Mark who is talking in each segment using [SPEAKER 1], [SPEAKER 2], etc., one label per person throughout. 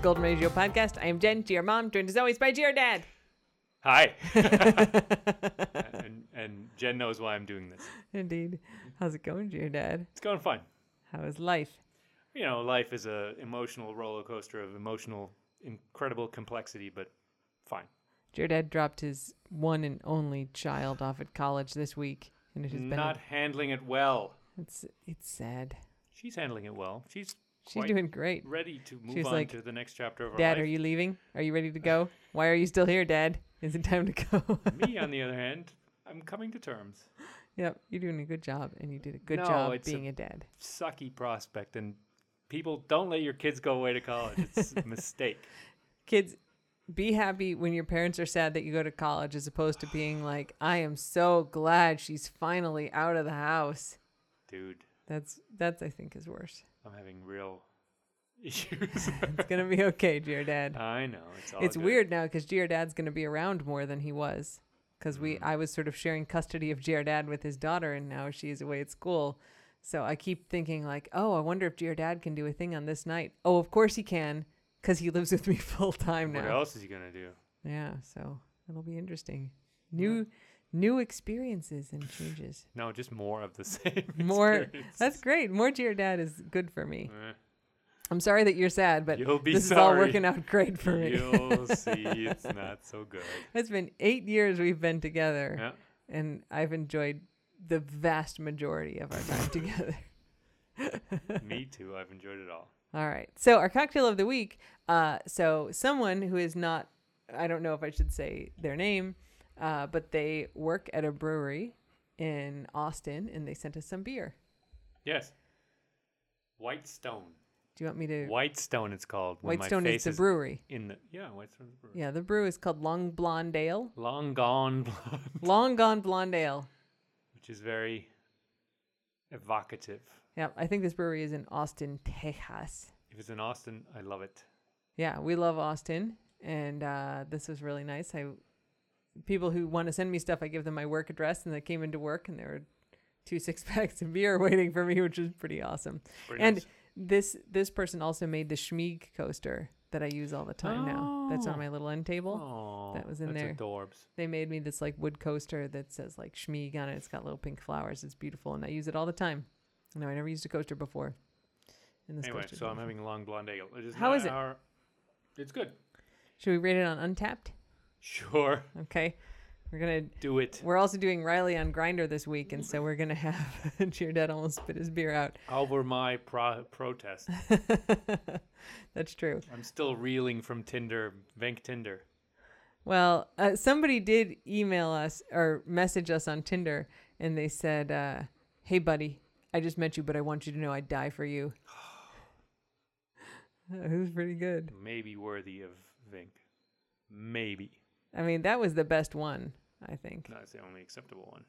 [SPEAKER 1] Golden Radio Podcast. I am Jen, dear mom, joined as always by dear dad.
[SPEAKER 2] Hi. and, and Jen knows why I'm doing this.
[SPEAKER 1] Indeed. How's it going, dear dad?
[SPEAKER 2] It's going fine.
[SPEAKER 1] How is life?
[SPEAKER 2] You know, life is a emotional roller coaster of emotional, incredible complexity, but fine.
[SPEAKER 1] Dear dad dropped his one and only child off at college this week, and it has been a-
[SPEAKER 2] Not handling it well.
[SPEAKER 1] it's it's sad.
[SPEAKER 2] She's handling it well. She's
[SPEAKER 1] She's
[SPEAKER 2] quite
[SPEAKER 1] doing great.
[SPEAKER 2] ready to move
[SPEAKER 1] She's
[SPEAKER 2] on
[SPEAKER 1] like,
[SPEAKER 2] to the next chapter of our
[SPEAKER 1] Dad,
[SPEAKER 2] life.
[SPEAKER 1] are you leaving? Are you ready to go? Why are you still here, Dad? Is it time to go?
[SPEAKER 2] Me, on the other hand, I'm coming to terms.
[SPEAKER 1] yep, you're doing a good job, and you did a good
[SPEAKER 2] No,
[SPEAKER 1] job
[SPEAKER 2] it's a-
[SPEAKER 1] being a, dad.
[SPEAKER 2] Sucky prospect, and people don't let your kids go away to college. It's a mistake.
[SPEAKER 1] Kids, be happy when your parents are sad that you go to college, as opposed to being like, "I am so glad she's finally out of the house."
[SPEAKER 2] Dude,
[SPEAKER 1] That's that's I think is worse.
[SPEAKER 2] I'm having real issues.
[SPEAKER 1] It's gonna be okay, dear dad.
[SPEAKER 2] I know. It's all
[SPEAKER 1] it's
[SPEAKER 2] good.
[SPEAKER 1] weird now because Dear Dad's going to be around more than he was. Because we, I was sort of sharing custody of Dear Dad with his daughter, and now she's away at school. So I keep thinking like, oh, I wonder if Dear Dad can do a thing on this night. Oh, of course he can, because he lives with me full time
[SPEAKER 2] What
[SPEAKER 1] now.
[SPEAKER 2] else is he going to do?
[SPEAKER 1] Yeah, so it'll be interesting. New, new experiences and changes.
[SPEAKER 2] No, just more of the same.
[SPEAKER 1] More.
[SPEAKER 2] experience.
[SPEAKER 1] That's great. More Dear Dad is good for me.
[SPEAKER 2] Eh,
[SPEAKER 1] I'm sorry that you're sad, but
[SPEAKER 2] You'll be
[SPEAKER 1] this is all
[SPEAKER 2] sorry.
[SPEAKER 1] working out great for me.
[SPEAKER 2] You'll see, it's not so good.
[SPEAKER 1] it's been eight years we've been together.
[SPEAKER 2] Yeah.
[SPEAKER 1] and I've enjoyed the vast majority of our time together.
[SPEAKER 2] Me too. I've enjoyed it all.
[SPEAKER 1] All right. So our cocktail of the week. Uh, so someone who is not, I don't know if I should say their name, uh, but they work at a brewery in Austin, and they sent us some beer.
[SPEAKER 2] Yes. White Stone.
[SPEAKER 1] Do you want me to?
[SPEAKER 2] White Stone. It's called. when my
[SPEAKER 1] Whitestone is
[SPEAKER 2] face
[SPEAKER 1] the brewery.
[SPEAKER 2] In the yeah, White Stone's brewery.
[SPEAKER 1] Yeah, the brew is called Long Blonde Ale.
[SPEAKER 2] Long gone, Blonde,
[SPEAKER 1] Long Gone Blonde Ale.
[SPEAKER 2] which is very evocative.
[SPEAKER 1] Yeah, I think this brewery is in Austin, Texas.
[SPEAKER 2] If it's in Austin, I love it.
[SPEAKER 1] yeah, we love Austin, and uh, this was really nice. I people who want to send me stuff, I give them my work address, and they came into work, and there were two six packs of beer waiting for me, which was pretty awesome.
[SPEAKER 2] Pretty
[SPEAKER 1] and
[SPEAKER 2] nice.
[SPEAKER 1] this this person also made the Schmieg coaster that I use all the time now. That's on
[SPEAKER 2] Oh.
[SPEAKER 1] my little end table.
[SPEAKER 2] Aw,
[SPEAKER 1] that was in
[SPEAKER 2] oh, that's
[SPEAKER 1] there.
[SPEAKER 2] Adorbs.
[SPEAKER 1] They made me this like wood coaster that says like Schmieg on it. It's got little pink flowers. It's beautiful, and I use it all the time. No, I never used a coaster before. And this
[SPEAKER 2] Anyway,
[SPEAKER 1] coaster's
[SPEAKER 2] so I'm
[SPEAKER 1] beautiful.
[SPEAKER 2] having a long blonde ale. It is
[SPEAKER 1] How
[SPEAKER 2] not
[SPEAKER 1] is it?
[SPEAKER 2] Our, it's good.
[SPEAKER 1] Should we rate it on Untapped?
[SPEAKER 2] Sure,
[SPEAKER 1] Okay, we're gonna
[SPEAKER 2] do it.
[SPEAKER 1] We're also doing Riley on Grinder this week, and so we're gonna have Giordad almost spit his beer out.
[SPEAKER 2] Over my pro- protest.
[SPEAKER 1] That's true.
[SPEAKER 2] I'm still reeling from Tinder, Vank Tinder.
[SPEAKER 1] Well, uh, somebody did email us or message us on Tinder, and they said, uh, "Hey, buddy, I just met you, but I want you to know I'd die for you." That was pretty good.
[SPEAKER 2] Maybe worthy of Vank. Maybe.
[SPEAKER 1] I mean, that was the best one, I think.
[SPEAKER 2] That's the only acceptable one.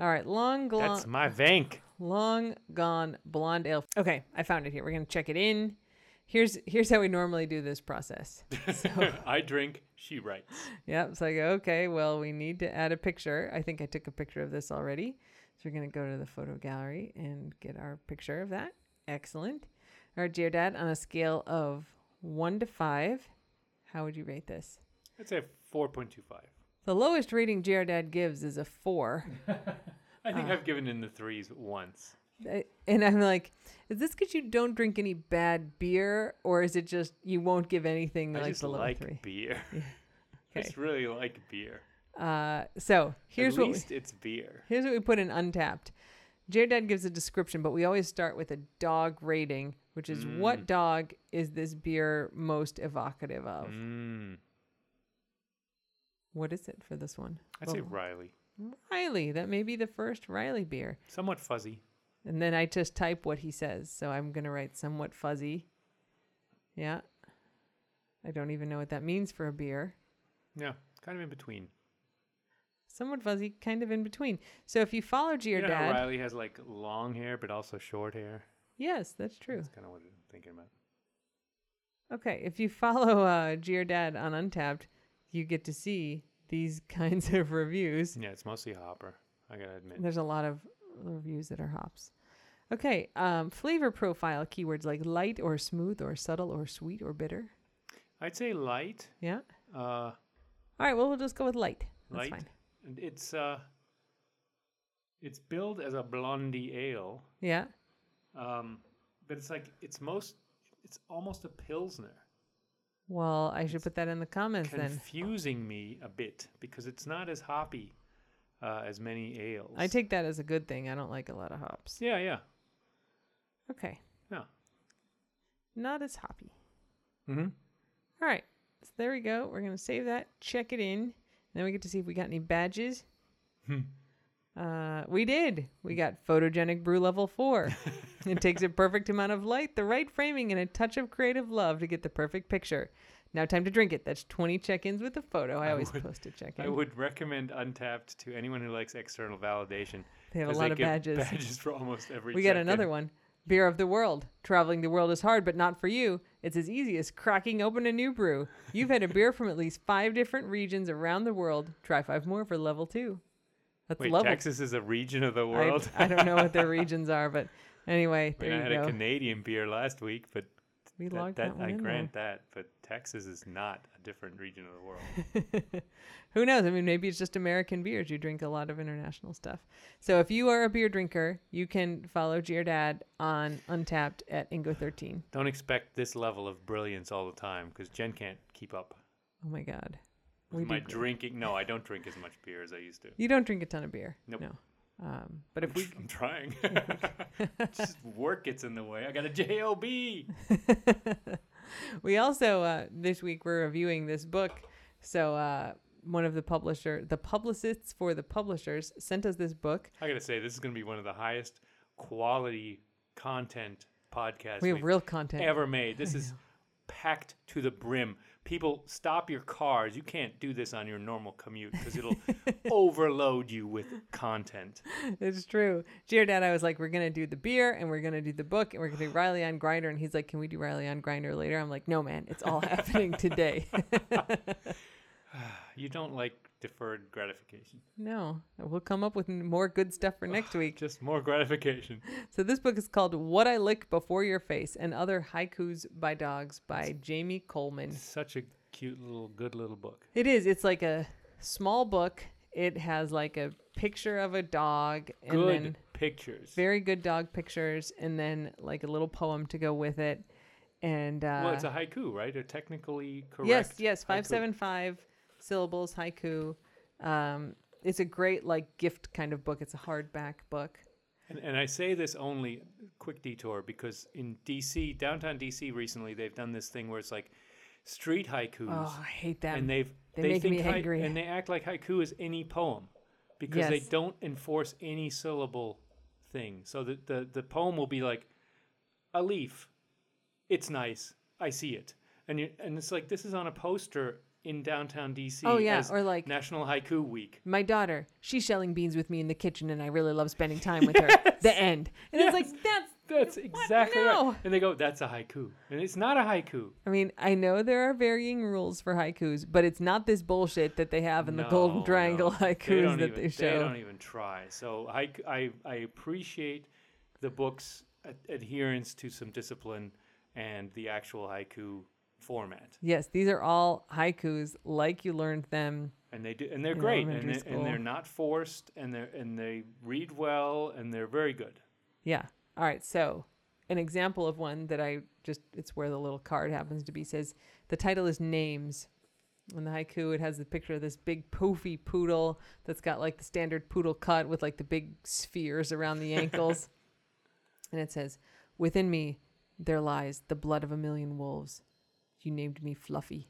[SPEAKER 1] All right, long glon-
[SPEAKER 2] That's my Vank.
[SPEAKER 1] Long gone blonde ale. Okay, I found it here. We're gonna check it in. Here's here's how we normally do this process.
[SPEAKER 2] I drink, she writes.
[SPEAKER 1] Yep. So I go, okay, well, we need to add a picture. I think I took a picture of this already. So we're going to go to the photo gallery and get our picture of that. Excellent. All right, dear dad, on a scale of one to five, how would you rate this?
[SPEAKER 2] I'd say 4.25.
[SPEAKER 1] The lowest rating Dear Dad gives is a four.
[SPEAKER 2] I
[SPEAKER 1] Ah.
[SPEAKER 2] think I've given in the threes once.
[SPEAKER 1] I- And I'm like, is this because you don't drink any bad beer, or is it just you won't give anything
[SPEAKER 2] I
[SPEAKER 1] like
[SPEAKER 2] just
[SPEAKER 1] below a
[SPEAKER 2] like
[SPEAKER 1] three?
[SPEAKER 2] beer. I
[SPEAKER 1] Okay.
[SPEAKER 2] just really like beer.
[SPEAKER 1] Uh, so here's
[SPEAKER 2] At
[SPEAKER 1] what we-
[SPEAKER 2] least it's beer.
[SPEAKER 1] Here's what we put in Untapped. Jared Dad gives a description, but we always start with a dog rating, which is
[SPEAKER 2] Mm.
[SPEAKER 1] what dog is this beer most evocative of?
[SPEAKER 2] Mm.
[SPEAKER 1] What is it for this one?
[SPEAKER 2] I'd say
[SPEAKER 1] Well,
[SPEAKER 2] Riley.
[SPEAKER 1] Riley. That may be the first Riley beer.
[SPEAKER 2] Somewhat fuzzy.
[SPEAKER 1] And then I just type what he says. So I'm going to write somewhat fuzzy. Yeah. I don't even know what that means for a beer.
[SPEAKER 2] Yeah, kind of in between.
[SPEAKER 1] Somewhat fuzzy, kind of in between. So if you follow Dear
[SPEAKER 2] you know how
[SPEAKER 1] Dad,
[SPEAKER 2] Riley has like long hair, but also short hair.
[SPEAKER 1] yes, that's true.
[SPEAKER 2] That's kind of what I'm thinking about.
[SPEAKER 1] Okay, if you follow uh, Dad on Untapped, you get to see these kinds of reviews.
[SPEAKER 2] Mm. Yeah, it's mostly Hopper. I gotta admit.
[SPEAKER 1] There's a lot of reviews that are hops. Okay. Um, flavor profile keywords like light or smooth or subtle or sweet or bitter.
[SPEAKER 2] I'd say light.
[SPEAKER 1] Yeah.
[SPEAKER 2] Uh,
[SPEAKER 1] All right. Well, we'll just go with light. That's
[SPEAKER 2] Light?
[SPEAKER 1] fine.
[SPEAKER 2] and it's uh, it's billed as a blondie ale,
[SPEAKER 1] Yeah.
[SPEAKER 2] um, but it's like it's most it's almost a pilsner.
[SPEAKER 1] Well, I should put that in the comments then.
[SPEAKER 2] confusing me a bit because it's not as hoppy uh, as many ales.
[SPEAKER 1] I take that as a good thing. I don't like a lot of hops.
[SPEAKER 2] Yeah, yeah,
[SPEAKER 1] Okay.
[SPEAKER 2] yeah.
[SPEAKER 1] Not as hoppy.
[SPEAKER 2] Mm-hmm.
[SPEAKER 1] All right. So there we go. We're going to save that, check it in. And then we get to see if we got any badges.
[SPEAKER 2] Hmm.
[SPEAKER 1] Uh, we did. We got photogenic brew level four. it takes a perfect amount of light, the right framing, and a touch of creative love to get the perfect picture. Now, time to drink it. That's 20 check ins with a photo. I, always
[SPEAKER 2] would-
[SPEAKER 1] post a check
[SPEAKER 2] I
[SPEAKER 1] in.
[SPEAKER 2] would recommend Untapped to anyone who likes external validation.
[SPEAKER 1] They have a
[SPEAKER 2] 'cause
[SPEAKER 1] lot of
[SPEAKER 2] give
[SPEAKER 1] badges.
[SPEAKER 2] Badges for almost every.
[SPEAKER 1] We got
[SPEAKER 2] check-in.
[SPEAKER 1] another one. Beer of the world. Traveling the world is hard, but not for you. It's as easy as cracking open a new brew. You've had a beer from at least five different regions around the world. Try five more for level two. That's
[SPEAKER 2] Wait,
[SPEAKER 1] level.
[SPEAKER 2] Texas is a region of the
[SPEAKER 1] I-
[SPEAKER 2] world.
[SPEAKER 1] I, don't know what their regions are, but anyway,
[SPEAKER 2] I
[SPEAKER 1] there
[SPEAKER 2] mean, I had
[SPEAKER 1] you
[SPEAKER 2] a
[SPEAKER 1] go.
[SPEAKER 2] Canadian beer last week, but
[SPEAKER 1] we
[SPEAKER 2] that,
[SPEAKER 1] logged
[SPEAKER 2] that,
[SPEAKER 1] that, one
[SPEAKER 2] I
[SPEAKER 1] in
[SPEAKER 2] grant that. But Texas is not a different region of the world.
[SPEAKER 1] there. Who knows? I mean, maybe it's just American beers. You drink a lot of international stuff. So if you are a beer drinker, you can follow Dad on Untapped at Ingo13.
[SPEAKER 2] don't expect this level of brilliance all the time because Jen can't keep up.
[SPEAKER 1] Oh my God. We
[SPEAKER 2] with my
[SPEAKER 1] do great.
[SPEAKER 2] drinking. No, I don't drink as much beer as I used to.
[SPEAKER 1] You don't drink a ton of beer.
[SPEAKER 2] Nope.
[SPEAKER 1] No. Um, but if we
[SPEAKER 2] I'm trying. Just work gets in the way. I got a job.
[SPEAKER 1] we also uh, this week we're reviewing this book, so uh, one of the publisher the publicists for the publishers sent us this book.
[SPEAKER 2] I gotta say, this is gonna be one of the highest quality content podcasts
[SPEAKER 1] we have
[SPEAKER 2] we've
[SPEAKER 1] real content.
[SPEAKER 2] ever made. This is packed to the brim. People, stop your cars. You can't do this on your normal commute because it'll overload you with content.
[SPEAKER 1] It's true. Dad, I was like, we're gonna do the beer and we're gonna do the book and we're gonna do Riley on Grinder, and he's like, can we do Riley on Grinder later? I'm like, no, man, it's all happening today.
[SPEAKER 2] You don't like deferred gratification.
[SPEAKER 1] no, we'll come up with more good stuff for next week.
[SPEAKER 2] Just more gratification.
[SPEAKER 1] So this book is called What I Lick Before Your Face and Other Haikus by Dogs by Jamie Coleman.
[SPEAKER 2] Such a cute little, good little book.
[SPEAKER 1] It is. It's like a small book. It has like a picture of a dog and
[SPEAKER 2] Good
[SPEAKER 1] then
[SPEAKER 2] pictures.
[SPEAKER 1] very good dog pictures and then like a little poem to go with it. And uh
[SPEAKER 2] Well, it's a haiku, right? A technically correct.
[SPEAKER 1] Yes, yes,
[SPEAKER 2] haiku.
[SPEAKER 1] 575 syllables haiku. Um it's a great like gift kind of book. It's a hardback book.
[SPEAKER 2] And, and I say this only quick detour because in DC, downtown DC, recently they've done this thing where it's like street haikus,
[SPEAKER 1] Oh, I hate that.
[SPEAKER 2] and they've
[SPEAKER 1] they make
[SPEAKER 2] think
[SPEAKER 1] me
[SPEAKER 2] hai-
[SPEAKER 1] angry.
[SPEAKER 2] and they act like haiku is any poem because they
[SPEAKER 1] Yes.
[SPEAKER 2] don't enforce any syllable thing. So the, the the poem will be like a leaf. It's nice. I see it. And you, and it's like this is on a poster in downtown DC.
[SPEAKER 1] Oh, yeah,
[SPEAKER 2] as
[SPEAKER 1] or like-
[SPEAKER 2] National Haiku Week.
[SPEAKER 1] My daughter, she's shelling beans with me in the kitchen, and I really love spending time with her. The end. And it's like, that's.
[SPEAKER 2] That's exactly
[SPEAKER 1] No.
[SPEAKER 2] right. And they go, that's a haiku. And it's not a haiku.
[SPEAKER 1] I mean, I know there are varying rules for haikus, but it's not this bullshit that they have in the Golden
[SPEAKER 2] No,
[SPEAKER 1] Triangle
[SPEAKER 2] no.
[SPEAKER 1] haikus
[SPEAKER 2] don't
[SPEAKER 1] that
[SPEAKER 2] even-
[SPEAKER 1] they show.
[SPEAKER 2] don't e even try. So I, I, I appreciate the book's a- adherence to some discipline and the actual haiku format.
[SPEAKER 1] yes, these are all haikus like you learned them.
[SPEAKER 2] And they do, and they're
[SPEAKER 1] In
[SPEAKER 2] great, and,
[SPEAKER 1] elementary
[SPEAKER 2] they, and they're
[SPEAKER 1] school.
[SPEAKER 2] not forced, and they are and they read well, and they're very good.
[SPEAKER 1] Yeah. All right. So, an example of one that I just, it's where the little card happens to be says the title is Names. In the haiku, it has the picture of this big poofy poodle that's got like the standard poodle cut with like the big spheres around the ankles. and it says, Within me there lies the blood of a million wolves. You named me Fluffy.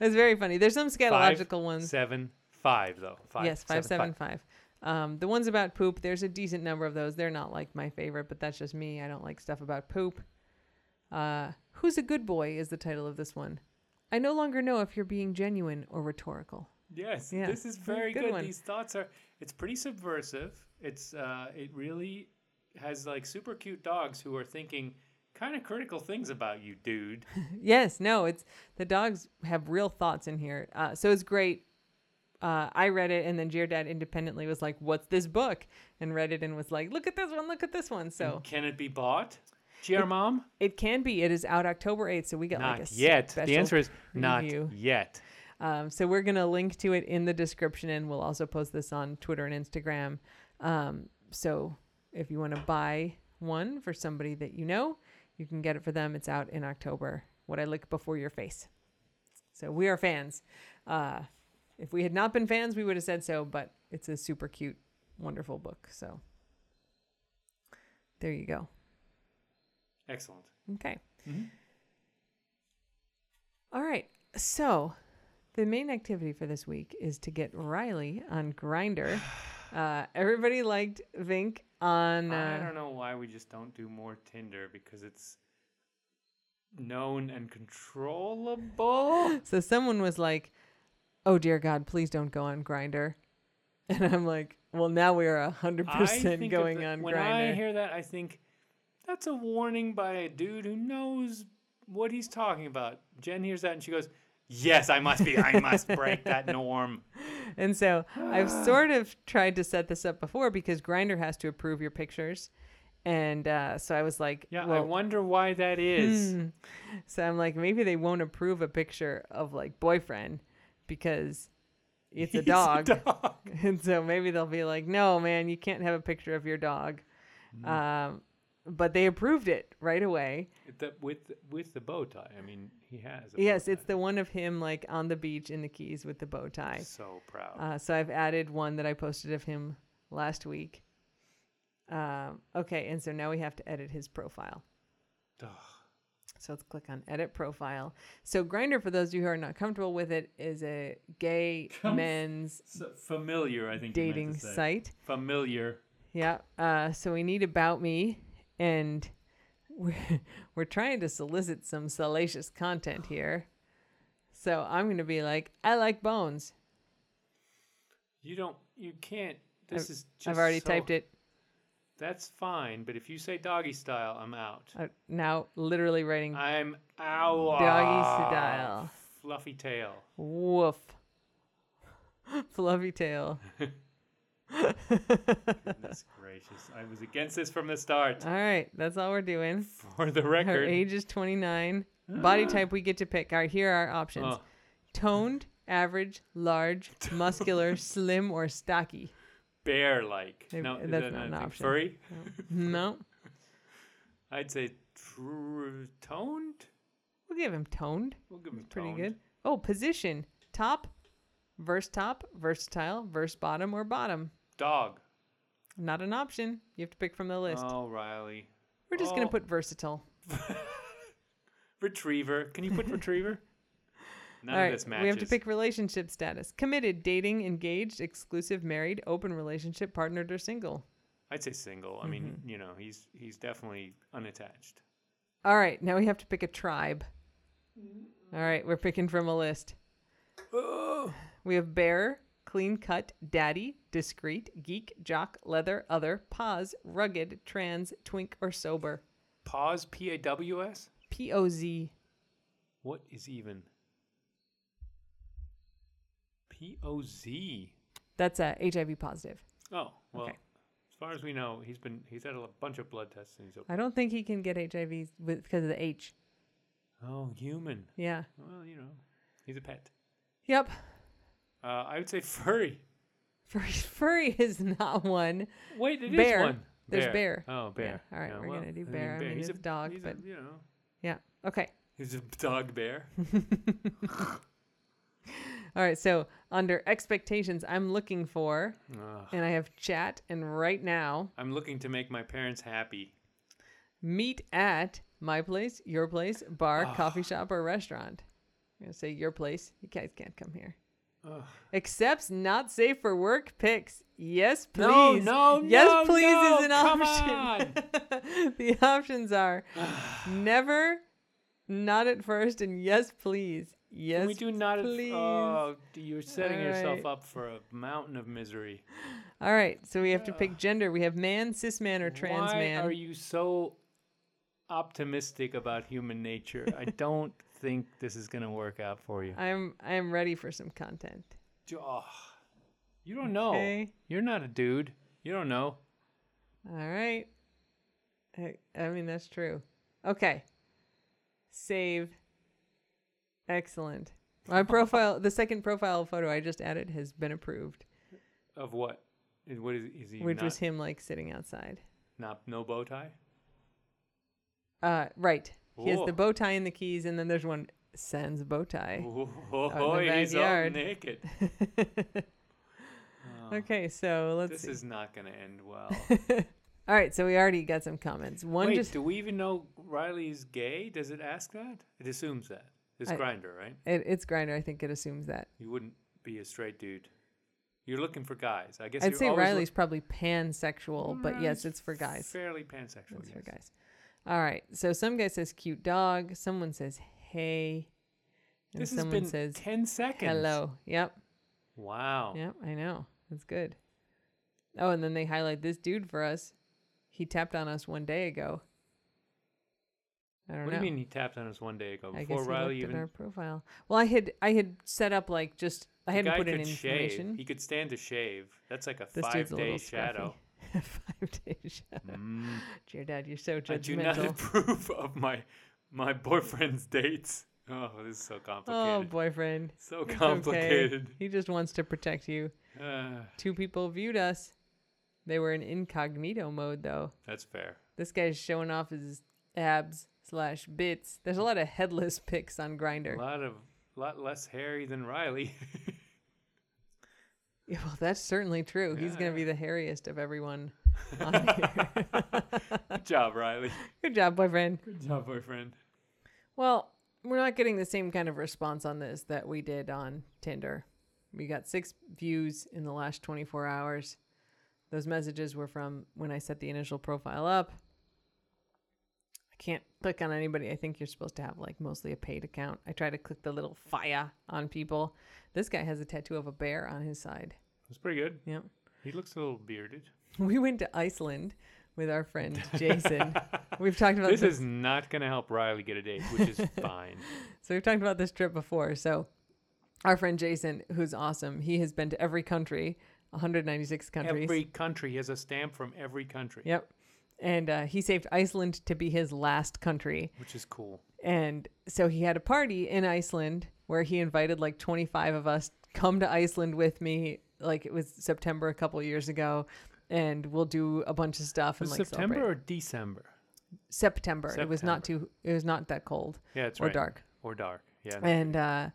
[SPEAKER 1] It's very funny. There's some scatological ones.
[SPEAKER 2] Seven, five though. Five,
[SPEAKER 1] yes, five seven five. Um, the ones about poop, there's a decent number of those. They're not like my favorite, but that's just me. I don't like stuff about poop. Uh, Who's a good boy is the title of this one. I no longer know if you're being genuine or rhetorical.
[SPEAKER 2] Yes,
[SPEAKER 1] Yeah.
[SPEAKER 2] this is
[SPEAKER 1] Very
[SPEAKER 2] very
[SPEAKER 1] good
[SPEAKER 2] good.
[SPEAKER 1] one.
[SPEAKER 2] These thoughts are it's pretty subversive. It's uh it really has like super cute dogs who are thinking kind of critical things about you, dude.
[SPEAKER 1] yes, no, it's the dogs have real thoughts in here. Uh, so it's great uh, I read it, and then Dad independently was like, "What's this book?" and read it and was like, "Look at this one, look at this one." So
[SPEAKER 2] Can it be bought? GR mom?
[SPEAKER 1] it can be. It is out October eighth, so we got
[SPEAKER 2] Not
[SPEAKER 1] like a
[SPEAKER 2] yet. The
[SPEAKER 1] special
[SPEAKER 2] answer is not
[SPEAKER 1] preview.
[SPEAKER 2] yet.
[SPEAKER 1] Um, so we're going to link to it in the description, and we'll also post this on Twitter and Instagram. Um, so if you want to buy one for somebody that you know, you can get it for them. It's out in October. What I lick before your face. So we are fans. Uh, if we had not been fans, we would have said so. But it's a super cute, wonderful book. So there you go.
[SPEAKER 2] Excellent.
[SPEAKER 1] Okay.
[SPEAKER 2] Mm-hmm.
[SPEAKER 1] All right. So the main activity for this week is to get Riley on Grinder. Uh, everybody liked Vink on.
[SPEAKER 2] I
[SPEAKER 1] Uh,
[SPEAKER 2] don't know why we just don't do more Tinder because it's known and controllable.
[SPEAKER 1] so someone was like, "Oh dear God, please don't go on Grinder," and I'm like, "Well, now we are hundred
[SPEAKER 2] I
[SPEAKER 1] percent
[SPEAKER 2] think of
[SPEAKER 1] going
[SPEAKER 2] the-
[SPEAKER 1] on
[SPEAKER 2] When I
[SPEAKER 1] Grinder."
[SPEAKER 2] hear that, I think that's a warning by a dude who knows what he's talking about. Jen hears that and she goes, "Yes, I must be. I must break that norm."
[SPEAKER 1] And so I've sort of tried to set this up before because Grinder has to approve your pictures, and uh, so I was like,
[SPEAKER 2] Yeah, I
[SPEAKER 1] well,
[SPEAKER 2] wonder why that is.
[SPEAKER 1] Mm. So I'm like, maybe they won't approve a picture of like boyfriend because it's
[SPEAKER 2] He's
[SPEAKER 1] a dog.
[SPEAKER 2] dog.
[SPEAKER 1] and so maybe they'll be like, no, man, you can't have a picture of your dog. Um, but they approved it right away.
[SPEAKER 2] The- with with the bow tie. I mean, he has. A
[SPEAKER 1] yes,
[SPEAKER 2] bow
[SPEAKER 1] it's the one of him like on the beach in the Keys with the bow
[SPEAKER 2] tie.
[SPEAKER 1] tie.
[SPEAKER 2] so proud.
[SPEAKER 1] Uh, so I've added one that I posted of him last week. Um, okay, and so now we have to edit his profile.
[SPEAKER 2] Ugh.
[SPEAKER 1] So let's click on edit profile. So Grinder, for those of you who are not comfortable with it, is a gay
[SPEAKER 2] Comf-
[SPEAKER 1] men's
[SPEAKER 2] So familiar, I think. you meant to
[SPEAKER 1] dating
[SPEAKER 2] say.
[SPEAKER 1] site.
[SPEAKER 2] Familiar.
[SPEAKER 1] Yeah. Uh, so we need about me, and we're we're trying to solicit some salacious content here. So I'm gonna be like, I like bones.
[SPEAKER 2] You don't. You can't. This is. Just
[SPEAKER 1] I've already
[SPEAKER 2] so-
[SPEAKER 1] typed it.
[SPEAKER 2] That's fine, but if you say doggy style, I'm out.
[SPEAKER 1] Uh, now literally writing
[SPEAKER 2] I'm out.
[SPEAKER 1] Doggy style.
[SPEAKER 2] Fluffy tail.
[SPEAKER 1] woof, fluffy tail.
[SPEAKER 2] Goodness gracious! I was against this from the start.
[SPEAKER 1] All right, that's all we're doing.
[SPEAKER 2] For the
[SPEAKER 1] Her
[SPEAKER 2] record.
[SPEAKER 1] age is 29. Body type we get to pick. All right, here are our options.
[SPEAKER 2] Oh,
[SPEAKER 1] Toned, average, large, muscular, slim, or stocky.
[SPEAKER 2] bear like.
[SPEAKER 1] Maybe-
[SPEAKER 2] No, is
[SPEAKER 1] that's
[SPEAKER 2] that
[SPEAKER 1] not an
[SPEAKER 2] thing?
[SPEAKER 1] option.
[SPEAKER 2] Furry.
[SPEAKER 1] No,
[SPEAKER 2] I'd say tr- toned.
[SPEAKER 1] we'll give him toned.
[SPEAKER 2] We'll give him
[SPEAKER 1] Pretty
[SPEAKER 2] toned.
[SPEAKER 1] good. Oh, position. Top, verse top, versatile, verse bottom, or bottom.
[SPEAKER 2] Dog.
[SPEAKER 1] Not an option. You have to pick from the list.
[SPEAKER 2] Oh, Riley.
[SPEAKER 1] We're just going
[SPEAKER 2] oh.
[SPEAKER 1] to put versatile.
[SPEAKER 2] Retriever. Can you put retriever? None
[SPEAKER 1] All
[SPEAKER 2] of
[SPEAKER 1] right,
[SPEAKER 2] this matches.
[SPEAKER 1] we have to pick relationship status. Committed, dating, engaged, exclusive, married, open relationship, partnered, or single.
[SPEAKER 2] I'd say single. I mean,
[SPEAKER 1] Mm-hmm.
[SPEAKER 2] you know, he's he's definitely unattached.
[SPEAKER 1] All right, now we have to pick a tribe. All right, we're picking from a list.
[SPEAKER 2] Oh,
[SPEAKER 1] We have bear, clean cut, daddy, discreet, geek, jock, leather, other, pause, rugged, trans, twink, or sober.
[SPEAKER 2] pause. P A W S.
[SPEAKER 1] P O Z.
[SPEAKER 2] What is even? P O Z.
[SPEAKER 1] That's uh, HIV positive.
[SPEAKER 2] Oh well.
[SPEAKER 1] Okay.
[SPEAKER 2] As far as we know, he's been he's had a bunch of blood tests and he's a,
[SPEAKER 1] I don't think he can get HIV with, because of the H.
[SPEAKER 2] oh human.
[SPEAKER 1] Yeah.
[SPEAKER 2] Well, you know, he's a pet.
[SPEAKER 1] Yep.
[SPEAKER 2] Uh, I would say furry.
[SPEAKER 1] Furry, furry is not one.
[SPEAKER 2] Wait, it is
[SPEAKER 1] Bear.
[SPEAKER 2] one.
[SPEAKER 1] There's bear.
[SPEAKER 2] Oh, bear.
[SPEAKER 1] all right, we're gonna do
[SPEAKER 2] I mean,
[SPEAKER 1] bear. I mean,
[SPEAKER 2] he's
[SPEAKER 1] it's dog,
[SPEAKER 2] he's
[SPEAKER 1] but-
[SPEAKER 2] you know,
[SPEAKER 1] Yeah. Okay.
[SPEAKER 2] he's a dog bear.
[SPEAKER 1] All right. So under expectations, I'm looking for,
[SPEAKER 2] Ugh.
[SPEAKER 1] and I have chat and right now.
[SPEAKER 2] Uh, I'm looking to make my parents happy.
[SPEAKER 1] meet at my place, your place, bar, coffee shop, or restaurant. I'm gonna say your place. You guys can't come here.
[SPEAKER 2] Ugh.
[SPEAKER 1] Accepts not safe for work picks. Yes, please.
[SPEAKER 2] No, no,
[SPEAKER 1] yes,
[SPEAKER 2] no,
[SPEAKER 1] please
[SPEAKER 2] no,
[SPEAKER 1] is an
[SPEAKER 2] come
[SPEAKER 1] option. the options are never, not at first, and yes, please. Yes,
[SPEAKER 2] Can we do not. at-
[SPEAKER 1] please.
[SPEAKER 2] Oh, d- you're setting
[SPEAKER 1] All
[SPEAKER 2] yourself
[SPEAKER 1] right.
[SPEAKER 2] up for a mountain of misery.
[SPEAKER 1] All right, so we have to pick gender. We have man, cis man, or trans
[SPEAKER 2] Why
[SPEAKER 1] man.
[SPEAKER 2] are you so optimistic about human nature? I don't think this is going to work out for you.
[SPEAKER 1] I'm I'm ready for some content.
[SPEAKER 2] J- oh, You don't know.
[SPEAKER 1] Okay.
[SPEAKER 2] You're not a dude. You don't know.
[SPEAKER 1] All right. I, I mean, that's true. Okay. Save. Excellent. My profile, the second profile photo I just added has been approved,
[SPEAKER 2] Of what? Is- What is, is he?
[SPEAKER 1] which
[SPEAKER 2] not,
[SPEAKER 1] was him like sitting outside.
[SPEAKER 2] not no bow tie.
[SPEAKER 1] Uh, right. He has
[SPEAKER 2] Whoa.
[SPEAKER 1] the bow tie and the keys, and then there's one sans bow tie.
[SPEAKER 2] Oh, he's all
[SPEAKER 1] backyard.
[SPEAKER 2] naked. Oh,
[SPEAKER 1] okay, so let's
[SPEAKER 2] This
[SPEAKER 1] see.
[SPEAKER 2] is not going to end well.
[SPEAKER 1] All right, so we already got some comments. One
[SPEAKER 2] Wait,
[SPEAKER 1] just
[SPEAKER 2] do we even know Riley's gay? Does it ask that? It assumes that. It's
[SPEAKER 1] I-
[SPEAKER 2] grinder, right?
[SPEAKER 1] it, it's grinder. I think it assumes that.
[SPEAKER 2] You wouldn't be a straight dude. You're looking for guys. I guess
[SPEAKER 1] I'd
[SPEAKER 2] you're
[SPEAKER 1] say
[SPEAKER 2] always
[SPEAKER 1] Riley's probably pansexual,
[SPEAKER 2] look-
[SPEAKER 1] but yes,
[SPEAKER 2] Riley's
[SPEAKER 1] it's for guys.
[SPEAKER 2] Fairly pansexual.
[SPEAKER 1] It's for
[SPEAKER 2] yes.
[SPEAKER 1] guys. All right. So some guy says cute dog. Someone says hey. And
[SPEAKER 2] This has
[SPEAKER 1] someone
[SPEAKER 2] been
[SPEAKER 1] says
[SPEAKER 2] ten seconds.
[SPEAKER 1] hello. Yep.
[SPEAKER 2] Wow.
[SPEAKER 1] Yep. I know. That's good. Oh, and then they highlight this dude for us. He tapped on us one day ago. I don't
[SPEAKER 2] What do
[SPEAKER 1] know.
[SPEAKER 2] you mean he tapped on us one day ago
[SPEAKER 1] I
[SPEAKER 2] before
[SPEAKER 1] guess he
[SPEAKER 2] Riley
[SPEAKER 1] looked
[SPEAKER 2] even?
[SPEAKER 1] at our profile. Well, I had I had set up like just I
[SPEAKER 2] The
[SPEAKER 1] hadn't
[SPEAKER 2] guy
[SPEAKER 1] put in
[SPEAKER 2] could
[SPEAKER 1] information.
[SPEAKER 2] Shave. He could stand to shave. That's like a
[SPEAKER 1] this
[SPEAKER 2] five
[SPEAKER 1] dude's a
[SPEAKER 2] day
[SPEAKER 1] little
[SPEAKER 2] shadow.
[SPEAKER 1] scruffy. Five day shadow.
[SPEAKER 2] Mm,
[SPEAKER 1] Dear Dad, you're so
[SPEAKER 2] I do not
[SPEAKER 1] judgmental.
[SPEAKER 2] approve of my my boyfriend's dates. Oh, this is so
[SPEAKER 1] Oh,
[SPEAKER 2] complicated.
[SPEAKER 1] boyfriend.
[SPEAKER 2] so
[SPEAKER 1] It's okay.
[SPEAKER 2] complicated.
[SPEAKER 1] He just wants to protect you.
[SPEAKER 2] Uh,
[SPEAKER 1] Two people viewed us. They were in incognito mode though.
[SPEAKER 2] that's fair.
[SPEAKER 1] This guy's showing off his abs slash bits. There's a lot of headless pics on
[SPEAKER 2] A
[SPEAKER 1] Grinder.
[SPEAKER 2] lot of lot less hairy than Riley.
[SPEAKER 1] Yeah, well, that's certainly true. He's gonna
[SPEAKER 2] Yeah.
[SPEAKER 1] be the hairiest of everyone on here.
[SPEAKER 2] Good job, Riley.
[SPEAKER 1] Good job, boyfriend.
[SPEAKER 2] Good job, boyfriend.
[SPEAKER 1] Well, we're not getting the same kind of response on this that we did on Tinder. We got six views in the last 24 hours. Those messages were from when I set the initial profile up. I can't click on anybody. I think you're supposed to have like mostly a paid account. I try to click the little fire on people. This guy has a tattoo of a bear on his side.
[SPEAKER 2] That's pretty good.
[SPEAKER 1] Yep.
[SPEAKER 2] He looks a little bearded.
[SPEAKER 1] We went to Iceland with our friend Jason. We've talked about
[SPEAKER 2] This is not going to help Riley get a date, which is fine.
[SPEAKER 1] So we've talked about this trip before. So our friend Jason, who's awesome, he has been to every country, 196 countries.
[SPEAKER 2] Every country has a stamp from every country,
[SPEAKER 1] Yep. And uh, he saved Iceland to be his last country.
[SPEAKER 2] which is cool.
[SPEAKER 1] And so he had a party in Iceland where he invited like 25 of us come to Iceland with me. Like it was September a couple years ago. And we'll do a bunch of stuff and
[SPEAKER 2] Was
[SPEAKER 1] like
[SPEAKER 2] September
[SPEAKER 1] celebrate.
[SPEAKER 2] or December?
[SPEAKER 1] September. It was not too. It was not that cold
[SPEAKER 2] Yeah, it's
[SPEAKER 1] or
[SPEAKER 2] right.
[SPEAKER 1] dark.
[SPEAKER 2] Or dark. Yeah.
[SPEAKER 1] and uh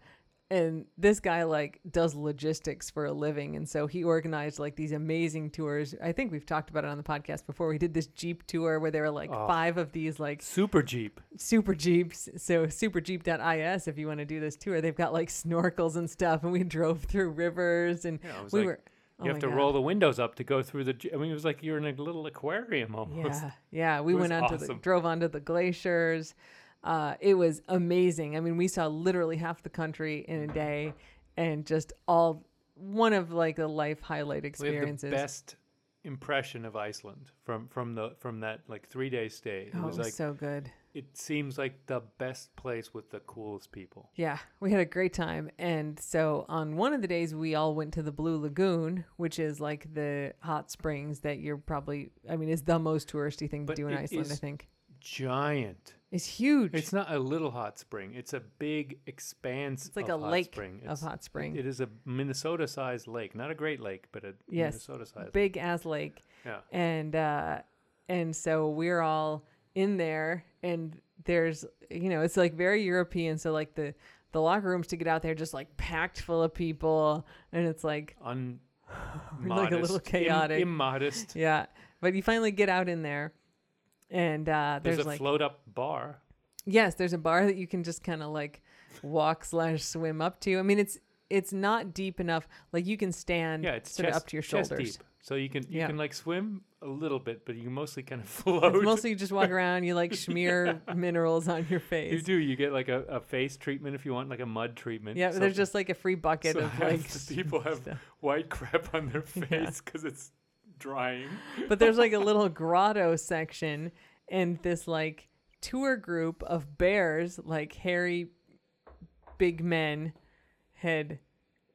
[SPEAKER 1] and this guy like does logistics for a living and so he organized like these amazing tours i think we've talked about it on the podcast before we did this jeep tour where there were like
[SPEAKER 2] Oh.
[SPEAKER 1] five of these like
[SPEAKER 2] Super Jeep.
[SPEAKER 1] super jeeps so superjeep.is if you want to do this tour they've got like snorkels and stuff and we drove through rivers and
[SPEAKER 2] Yeah, it was
[SPEAKER 1] we
[SPEAKER 2] like,
[SPEAKER 1] were
[SPEAKER 2] you
[SPEAKER 1] oh
[SPEAKER 2] have
[SPEAKER 1] my
[SPEAKER 2] to
[SPEAKER 1] God.
[SPEAKER 2] roll the windows up to go through the. Je- I mean, it was like you're in a little aquarium almost.
[SPEAKER 1] Yeah, yeah. We
[SPEAKER 2] It was
[SPEAKER 1] went onto the
[SPEAKER 2] awesome.
[SPEAKER 1] drove onto the glaciers. Uh, it was amazing. I mean, we saw literally half the country in a day, and just all one of like the life highlight
[SPEAKER 2] We have the
[SPEAKER 1] experiences.
[SPEAKER 2] best impression of Iceland from from the from that like three day stay. It
[SPEAKER 1] oh,
[SPEAKER 2] was like
[SPEAKER 1] so good.
[SPEAKER 2] it seems like the best place with the coolest people.
[SPEAKER 1] Yeah, we had a great time. And so on one of the days, we all went to the Blue Lagoon, which is like the hot springs that you're probably, I mean, is the most touristy thing to
[SPEAKER 2] But
[SPEAKER 1] do in
[SPEAKER 2] it
[SPEAKER 1] Iceland, I
[SPEAKER 2] is
[SPEAKER 1] think.
[SPEAKER 2] Giant.
[SPEAKER 1] It's huge.
[SPEAKER 2] It's not a little hot spring. It's a big expanse.
[SPEAKER 1] It's like
[SPEAKER 2] of
[SPEAKER 1] a
[SPEAKER 2] hot
[SPEAKER 1] lake
[SPEAKER 2] spring.
[SPEAKER 1] of hot spring.
[SPEAKER 2] It is a Minnesota-sized lake, not a great lake, but a
[SPEAKER 1] Yes.
[SPEAKER 2] Minnesota-sized.
[SPEAKER 1] Big ass lake.
[SPEAKER 2] yeah.
[SPEAKER 1] and uh and so we're all in there and there's you know it's like very european so like the the locker rooms to get out there just like packed full of people and it's like
[SPEAKER 2] Un-
[SPEAKER 1] like a little
[SPEAKER 2] modest, im-
[SPEAKER 1] chaotic.
[SPEAKER 2] immodest.
[SPEAKER 1] yeah but you finally get out in there and uh
[SPEAKER 2] There's,
[SPEAKER 1] there's,
[SPEAKER 2] a
[SPEAKER 1] like
[SPEAKER 2] float up bar.
[SPEAKER 1] yes there's a bar that you can just kind of like walk slash swim up to i mean it's it's not deep enough like you can stand
[SPEAKER 2] Yeah, it's
[SPEAKER 1] sort
[SPEAKER 2] chest,
[SPEAKER 1] of up to your
[SPEAKER 2] chest
[SPEAKER 1] shoulders
[SPEAKER 2] deep. So you can you
[SPEAKER 1] Yeah.
[SPEAKER 2] can like swim a little bit, but you can mostly kind of
[SPEAKER 1] it's
[SPEAKER 2] float.
[SPEAKER 1] mostly you just walk around you like smear minerals on your face
[SPEAKER 2] you do. You get like a, a face treatment if you want, like a mud treatment.
[SPEAKER 1] Yeah,
[SPEAKER 2] So-
[SPEAKER 1] there's just like a free bucket
[SPEAKER 2] so
[SPEAKER 1] of
[SPEAKER 2] half
[SPEAKER 1] like,
[SPEAKER 2] the people have
[SPEAKER 1] stuff.
[SPEAKER 2] white crap on their face because it's drying.
[SPEAKER 1] but there's like a little grotto section and this like tour group of bears, like hairy big men, had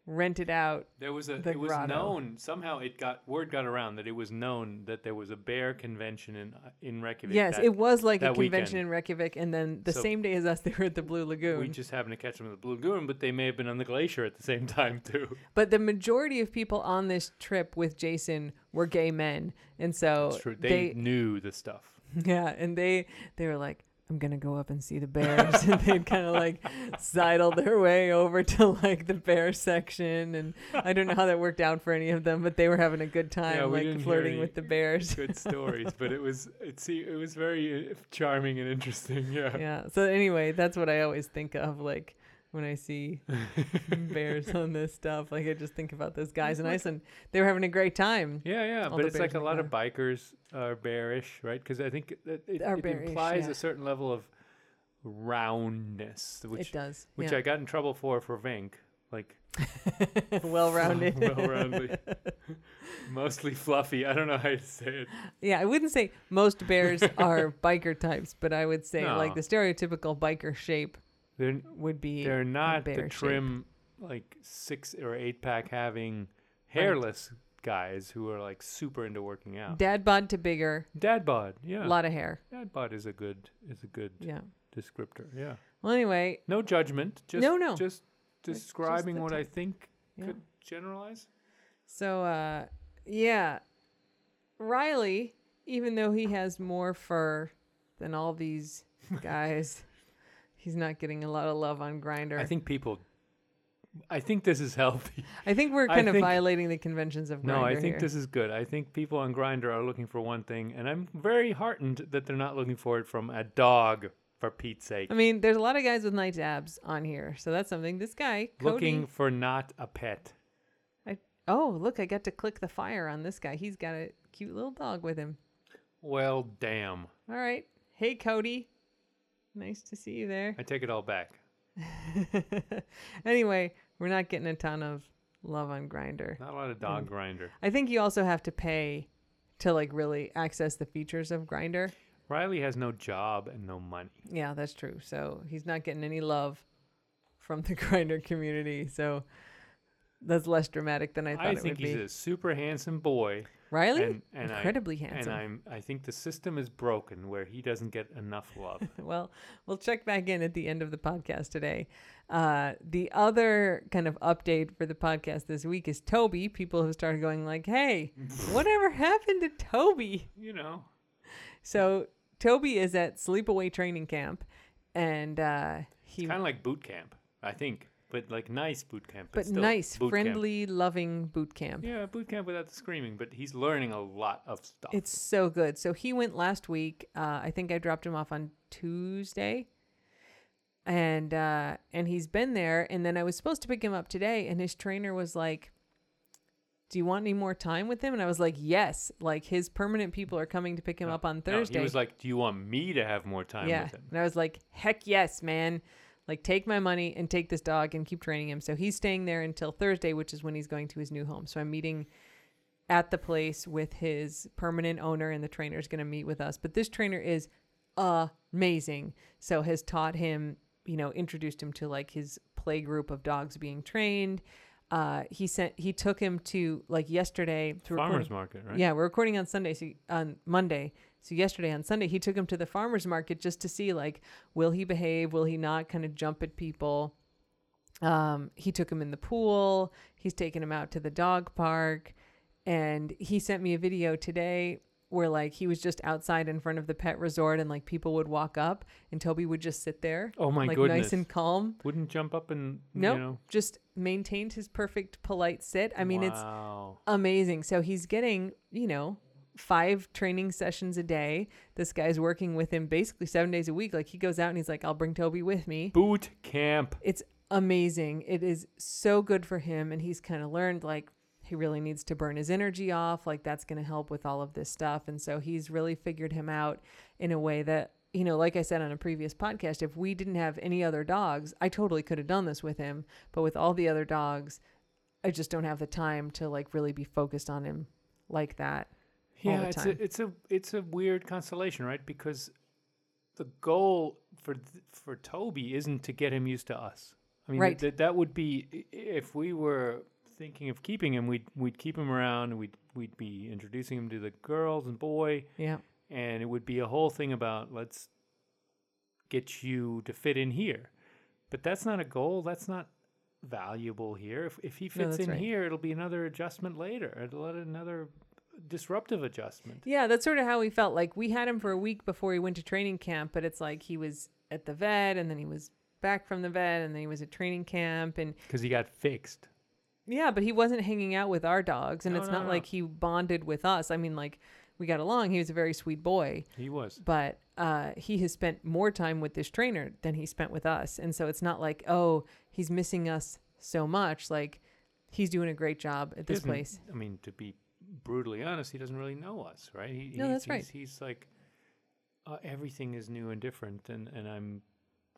[SPEAKER 1] rented out.
[SPEAKER 2] There was a
[SPEAKER 1] The
[SPEAKER 2] it was
[SPEAKER 1] grotto.
[SPEAKER 2] known somehow it got word got around that it was known that there was a bear convention in in Reykjavik.
[SPEAKER 1] Yes,
[SPEAKER 2] that
[SPEAKER 1] it was like a
[SPEAKER 2] that
[SPEAKER 1] convention
[SPEAKER 2] weekend.
[SPEAKER 1] in Reykjavik, and then the
[SPEAKER 2] So-
[SPEAKER 1] same day as us, they were at the Blue Lagoon.
[SPEAKER 2] We just happened to catch them in the Blue Lagoon, but they may have been on the glacier at the same time too.
[SPEAKER 1] But the majority of people on this trip with Jason were gay men, and so
[SPEAKER 2] It's true. They, knew the stuff.
[SPEAKER 1] yeah, and they they were like, "I'm gonna go up and see the bears," and they'd kind of like sidle their way over to like the bear section, and I don't know how that worked out for any of them, but they were having a good time
[SPEAKER 2] we didn't
[SPEAKER 1] like
[SPEAKER 2] hear
[SPEAKER 1] flirting
[SPEAKER 2] any
[SPEAKER 1] with the bears.
[SPEAKER 2] Good stories, but it was it see it was very uh, charming and interesting. Yeah.
[SPEAKER 1] yeah. So anyway, that's what I always think of, like. When I see bears on this stuff, like I just think about those guys in Iceland. They were having a great time.
[SPEAKER 2] Yeah, yeah,
[SPEAKER 1] All
[SPEAKER 2] but
[SPEAKER 1] the
[SPEAKER 2] it's like
[SPEAKER 1] bears
[SPEAKER 2] a
[SPEAKER 1] in
[SPEAKER 2] lot of bikers are bearish, right? Because I think that it,
[SPEAKER 1] Are
[SPEAKER 2] it
[SPEAKER 1] bearish,
[SPEAKER 2] implies
[SPEAKER 1] yeah.
[SPEAKER 2] a certain level of roundness, which
[SPEAKER 1] it does.
[SPEAKER 2] which
[SPEAKER 1] yeah.
[SPEAKER 2] I got in trouble for for Vink, like
[SPEAKER 1] well rounded.
[SPEAKER 2] well-rounded, mostly fluffy. I don't know how to say it.
[SPEAKER 1] Yeah, I wouldn't say most bears are biker types, but I would say like
[SPEAKER 2] No.
[SPEAKER 1] the stereotypical biker shape
[SPEAKER 2] They're
[SPEAKER 1] would be
[SPEAKER 2] they're not
[SPEAKER 1] bear
[SPEAKER 2] the
[SPEAKER 1] shape.
[SPEAKER 2] trim like six or eight pack having hairless guys who are like super into working out.
[SPEAKER 1] dad bod to bigger,
[SPEAKER 2] Dad bod,
[SPEAKER 1] a
[SPEAKER 2] yeah.
[SPEAKER 1] lot of hair.
[SPEAKER 2] Dad bod is a good is a good
[SPEAKER 1] Yeah.
[SPEAKER 2] descriptor. Yeah.
[SPEAKER 1] Well, anyway,
[SPEAKER 2] No judgment. Just,
[SPEAKER 1] No, no.
[SPEAKER 2] Just
[SPEAKER 1] just
[SPEAKER 2] describing
[SPEAKER 1] the
[SPEAKER 2] what I
[SPEAKER 1] type.
[SPEAKER 2] think
[SPEAKER 1] Yeah.
[SPEAKER 2] could generalize.
[SPEAKER 1] so uh, yeah, Riley, even though he has more fur than all these guys, he's not getting a lot of love on Grinder.
[SPEAKER 2] I think people. I think this is healthy.
[SPEAKER 1] we're
[SPEAKER 2] I
[SPEAKER 1] kind of
[SPEAKER 2] think-
[SPEAKER 1] violating the conventions of Grinder.
[SPEAKER 2] No, I think this is good. I think people on Grinder are looking for one thing, and I'm very heartened that they're not looking for it from a dog. For Pete's sake,
[SPEAKER 1] I mean, there's a lot of guys with night abs on here, so that's something. This guy, Cody,
[SPEAKER 2] looking for not a pet.
[SPEAKER 1] I, oh, look, I got to click the fire on this guy. He's got a cute little dog with him.
[SPEAKER 2] Well, damn.
[SPEAKER 1] All right. Hey, Cody. Nice to see you there.
[SPEAKER 2] I take it all back.
[SPEAKER 1] anyway, we're not getting a ton of love on Grinder.
[SPEAKER 2] Not a lot of
[SPEAKER 1] Mm.
[SPEAKER 2] dog grinder.
[SPEAKER 1] I think you also have to pay to like really access the features of Grinder.
[SPEAKER 2] Riley has no job and no money.
[SPEAKER 1] Yeah, that's true. So he's not getting any love from the Grinder community. So that's less dramatic than I thought
[SPEAKER 2] I,
[SPEAKER 1] it
[SPEAKER 2] think
[SPEAKER 1] would
[SPEAKER 2] he's
[SPEAKER 1] be.
[SPEAKER 2] a super handsome boy.
[SPEAKER 1] Riley,
[SPEAKER 2] and, and I-
[SPEAKER 1] incredibly handsome.
[SPEAKER 2] And I'm I think the system is broken where he doesn't get enough love.
[SPEAKER 1] well, we'll check back in at the end of the podcast today. Uh, the other kind of update for the podcast this week is Toby. People have started going like, "Hey, whatever happened to Toby?"
[SPEAKER 2] you know.
[SPEAKER 1] So Toby is at Sleepaway Training Camp, and uh, he
[SPEAKER 2] Kind of like boot camp, I think. But like nice boot camp.
[SPEAKER 1] but
[SPEAKER 2] still
[SPEAKER 1] nice,
[SPEAKER 2] boot camp.
[SPEAKER 1] friendly, loving boot camp.
[SPEAKER 2] Yeah, boot camp without the screaming, but he's learning a lot of stuff.
[SPEAKER 1] It's so good. So he went last week. Uh, I think I dropped him off on Tuesday, and uh, and he's been there. And then I was supposed to pick him up today, and his trainer was like, "Do you want any more time with him?" And I was like, "Yes." Like his permanent people are coming to pick him up on
[SPEAKER 2] Oh. No,
[SPEAKER 1] Thursday.
[SPEAKER 2] he was like, "Do you want me to have more time
[SPEAKER 1] yeah,
[SPEAKER 2] with him?"
[SPEAKER 1] and I was like, "Heck yes, man." Like take my money and take this dog and keep training him. So he's staying there until Thursday, which is when he's going to his new home. So I'm meeting at the place with his permanent owner and the trainer is going to meet with us but this trainer is amazing so has taught him you know introduced him to like his play group of dogs being trained uh, he sent he took him to like yesterday to
[SPEAKER 2] Farmers market, right?
[SPEAKER 1] yeah, we're recording on Sunday, so on Monday. So yesterday on Sunday, he took him to the farmers market just to see like will he behave, will he not kind of jump at people. Um, he took him in the pool. He's taken him out to the dog park, and he sent me a video today where like he was just outside in front of the pet resort, and like people would walk up, and Toby would just sit there,
[SPEAKER 2] Oh my
[SPEAKER 1] like
[SPEAKER 2] goodness.
[SPEAKER 1] nice and calm.
[SPEAKER 2] Wouldn't jump up and
[SPEAKER 1] Nope,
[SPEAKER 2] you know.
[SPEAKER 1] just maintained his perfect polite sit. I mean, it's
[SPEAKER 2] wow.
[SPEAKER 1] amazing. So he's getting, you know, five training sessions a day. This guy's working with him basically seven days a week. Like he goes out and he's like, I'll bring Toby with me.
[SPEAKER 2] boot camp.
[SPEAKER 1] It's amazing. It is so good for him. And he's kind of learned like he really needs to burn his energy off. Like that's going to help with all of this stuff. And so he's really figured him out in a way that, you know, like I said on a previous podcast, if we didn't have any other dogs, I totally could have done this with him. But with all the other dogs, I just don't have the time to like really be focused on him like that. all
[SPEAKER 2] yeah,
[SPEAKER 1] the
[SPEAKER 2] it's
[SPEAKER 1] time.
[SPEAKER 2] a it's a it's a weird constellation, right? Because the goal for th- for Toby isn't to get him used to us. I mean,
[SPEAKER 1] Right.
[SPEAKER 2] th- that would be i- if we were thinking of keeping him, we'd we'd keep him around, and we'd we'd be introducing him to the girls and boy,
[SPEAKER 1] Yeah.
[SPEAKER 2] and it would be a whole thing about let's get you to fit in here. But that's not a goal. That's not valuable here. If if he fits
[SPEAKER 1] that's
[SPEAKER 2] in
[SPEAKER 1] right.
[SPEAKER 2] here, it'll be another adjustment later. It'll let another disruptive adjustment.
[SPEAKER 1] Yeah, that's sort of how we felt. Like we had him for a week before he went to training camp, but it's like he was at the vet and then he was back from the vet and then he was at training camp and
[SPEAKER 2] Because he got fixed.
[SPEAKER 1] yeah, but he wasn't hanging out with our dogs and
[SPEAKER 2] No,
[SPEAKER 1] it's
[SPEAKER 2] no,
[SPEAKER 1] not
[SPEAKER 2] no.
[SPEAKER 1] like he bonded with us. I mean like we got along. He was a very sweet boy,
[SPEAKER 2] He was.
[SPEAKER 1] but uh, he has spent more time with this trainer than he spent with us. And so it's not like, oh, he's missing us so much. Like he's doing a great job at this
[SPEAKER 2] doesn't-
[SPEAKER 1] place.
[SPEAKER 2] I mean, to be brutally honest, he doesn't really know us, right? He,
[SPEAKER 1] No,
[SPEAKER 2] he's,
[SPEAKER 1] that's right.
[SPEAKER 2] He's, he's like, uh, everything is new and different, and, and I'm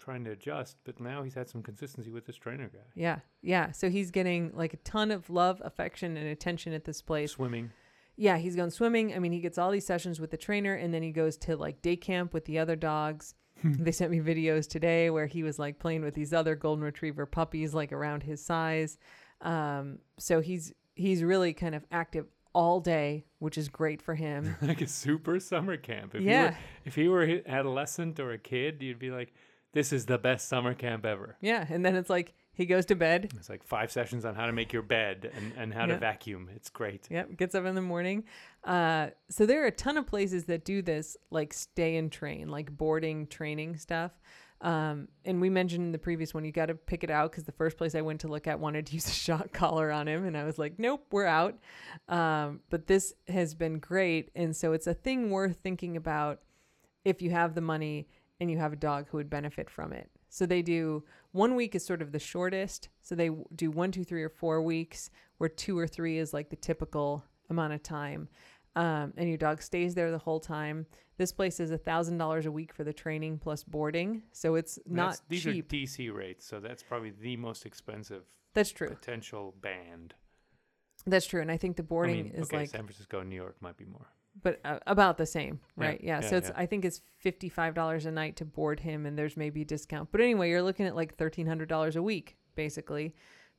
[SPEAKER 2] trying to adjust. But now he's had some consistency with this trainer guy.
[SPEAKER 1] Yeah. Yeah. So he's getting like a ton of love, affection, and attention at this place.
[SPEAKER 2] Swimming.
[SPEAKER 1] Yeah, he's gone swimming. I mean, he gets all these sessions with the trainer and then he goes to like day camp with the other dogs. they sent me videos today where he was like playing with these other golden retriever puppies like around his size. Um, so he's he's really kind of active all day, which is great for him.
[SPEAKER 2] like a super summer camp. If You were,
[SPEAKER 1] Yeah.
[SPEAKER 2] if you were an adolescent or a kid, you'd be like, this is the best summer camp ever.
[SPEAKER 1] yeah, and then it's like he goes to bed.
[SPEAKER 2] It's like five sessions on how to make your bed and, and how to
[SPEAKER 1] Yeah.
[SPEAKER 2] vacuum. It's great.
[SPEAKER 1] Yep, gets up in the morning. Uh, so there are a ton of places that do this, like stay and train, like boarding training stuff. Um, and we mentioned in the previous one, you got to pick it out because the first place I went to look at wanted to use a shock collar on him, and I was like, nope, we're out. Um, but this has been great, and so it's a thing worth thinking about if you have the money and you have a dog who would benefit from it. So they do one week is sort of the shortest. So they w- do one, two, three, or four weeks, where two or three is like the typical amount of time. Um, and your dog stays there the whole time. This place is a thousand dollars a week for the training plus boarding, so it's
[SPEAKER 2] And
[SPEAKER 1] not
[SPEAKER 2] that's- these
[SPEAKER 1] cheap.
[SPEAKER 2] are DC rates, so that's probably the most expensive
[SPEAKER 1] That's true.
[SPEAKER 2] potential band.
[SPEAKER 1] That's true. And I think the
[SPEAKER 2] I
[SPEAKER 1] boarding
[SPEAKER 2] mean,
[SPEAKER 1] is
[SPEAKER 2] okay,
[SPEAKER 1] like,
[SPEAKER 2] San Francisco and New York might be more.
[SPEAKER 1] but uh, about the same,
[SPEAKER 2] Yeah,
[SPEAKER 1] right? Yeah.
[SPEAKER 2] yeah,
[SPEAKER 1] so it's
[SPEAKER 2] yeah.
[SPEAKER 1] I think it's fifty five dollars a night to board him, and there's maybe a discount. But anyway, you're looking at like thirteen hundred dollars a week, basically,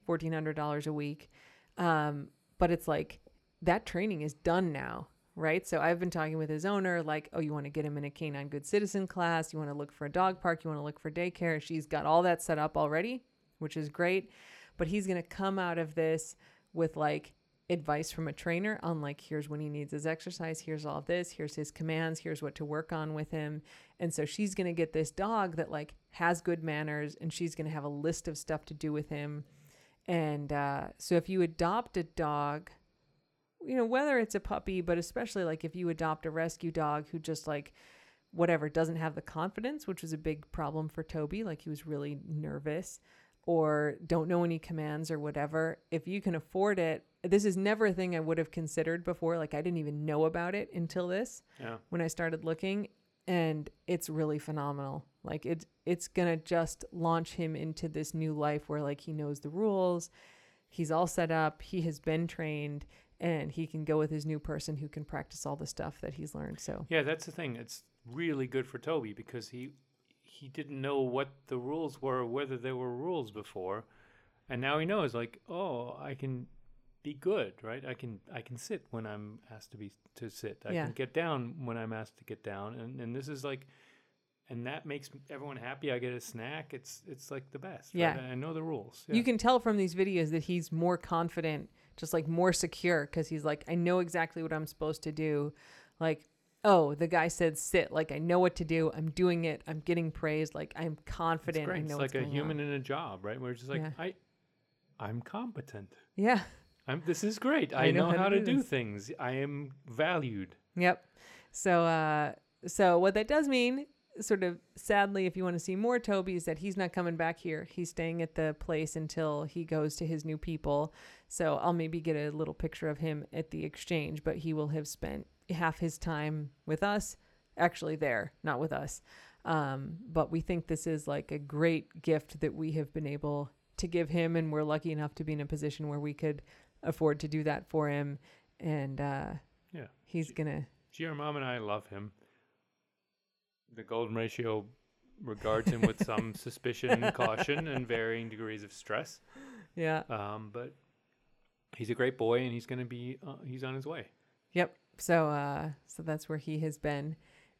[SPEAKER 1] fourteen hundred dollars a week. Um, but it's like that training is done now, right? So I've been talking with his owner, like, oh, you want to get him in a canine good citizen class, you want to look for a dog park, you want to look for daycare. She's got all that set up already, which is great. But he's gonna come out of this with like advice from a trainer on like here's when he needs his exercise here's all of this here's his commands here's what to work on with him and so she's going to get this dog that like has good manners and she's going to have a list of stuff to do with him and uh, so if you adopt a dog you know whether it's a puppy but especially like if you adopt a rescue dog who just like whatever doesn't have the confidence which was a big problem for toby like he was really nervous or don't know any commands or whatever, if you can afford it, this is never a thing I would have considered before. Like I didn't even know about it until this
[SPEAKER 2] Yeah.
[SPEAKER 1] when I started looking, and it's really phenomenal. Like it, it's gonna just launch him into this new life where like he knows the rules, he's all set up, he has been trained, and he can go with his new person who can practice all the stuff that he's learned. So
[SPEAKER 2] Yeah, that's the thing. It's really good for Toby because he he didn't know what the rules were, whether there were rules before, and now he knows. Like, oh, I can be good, right? I can I can sit when I'm asked to be to sit. I
[SPEAKER 1] Yeah.
[SPEAKER 2] can get down when I'm asked to get down, and and this is like. And that makes everyone happy. I get a snack. It's it's like the best. right?
[SPEAKER 1] Yeah.
[SPEAKER 2] I know the rules.
[SPEAKER 1] You can tell from these videos that he's more confident, just like more secure, because he's like, I know exactly what I'm supposed to do. Like, oh, the guy said sit. Like, I know what to do. I'm doing it. I'm getting praised. Like, I'm
[SPEAKER 2] It's
[SPEAKER 1] confident. I
[SPEAKER 2] great.
[SPEAKER 1] know
[SPEAKER 2] It's
[SPEAKER 1] what's
[SPEAKER 2] like
[SPEAKER 1] going
[SPEAKER 2] a
[SPEAKER 1] on."
[SPEAKER 2] human in a job, right? We're just like
[SPEAKER 1] Yeah.
[SPEAKER 2] I, I'm competent.
[SPEAKER 1] Yeah.
[SPEAKER 2] I'm, this is great. I, know, how, to, do
[SPEAKER 1] this.
[SPEAKER 2] things. I am valued.
[SPEAKER 1] Yep. So, uh, so what that does mean, sort of sadly, if you want to see more Toby, is that he's not coming back here. He's staying at the place until he goes to his new people. So I'll maybe get a little picture of him at the exchange, but he will have spent half his time with us, actually there, not with us. Um, but we think this is like a great gift that we have been able to give him, and we're lucky enough to be in a position where we could afford to do that for him. And uh,
[SPEAKER 2] Yeah.
[SPEAKER 1] he's gonna
[SPEAKER 2] Gee, our mom and I love him. The golden ratio regards him with some suspicion, caution, and varying degrees of stress.
[SPEAKER 1] Yeah.
[SPEAKER 2] Um, but he's a great boy, and he's going to be uh, he's on his way.
[SPEAKER 1] Yep. So uh so that's where he has been.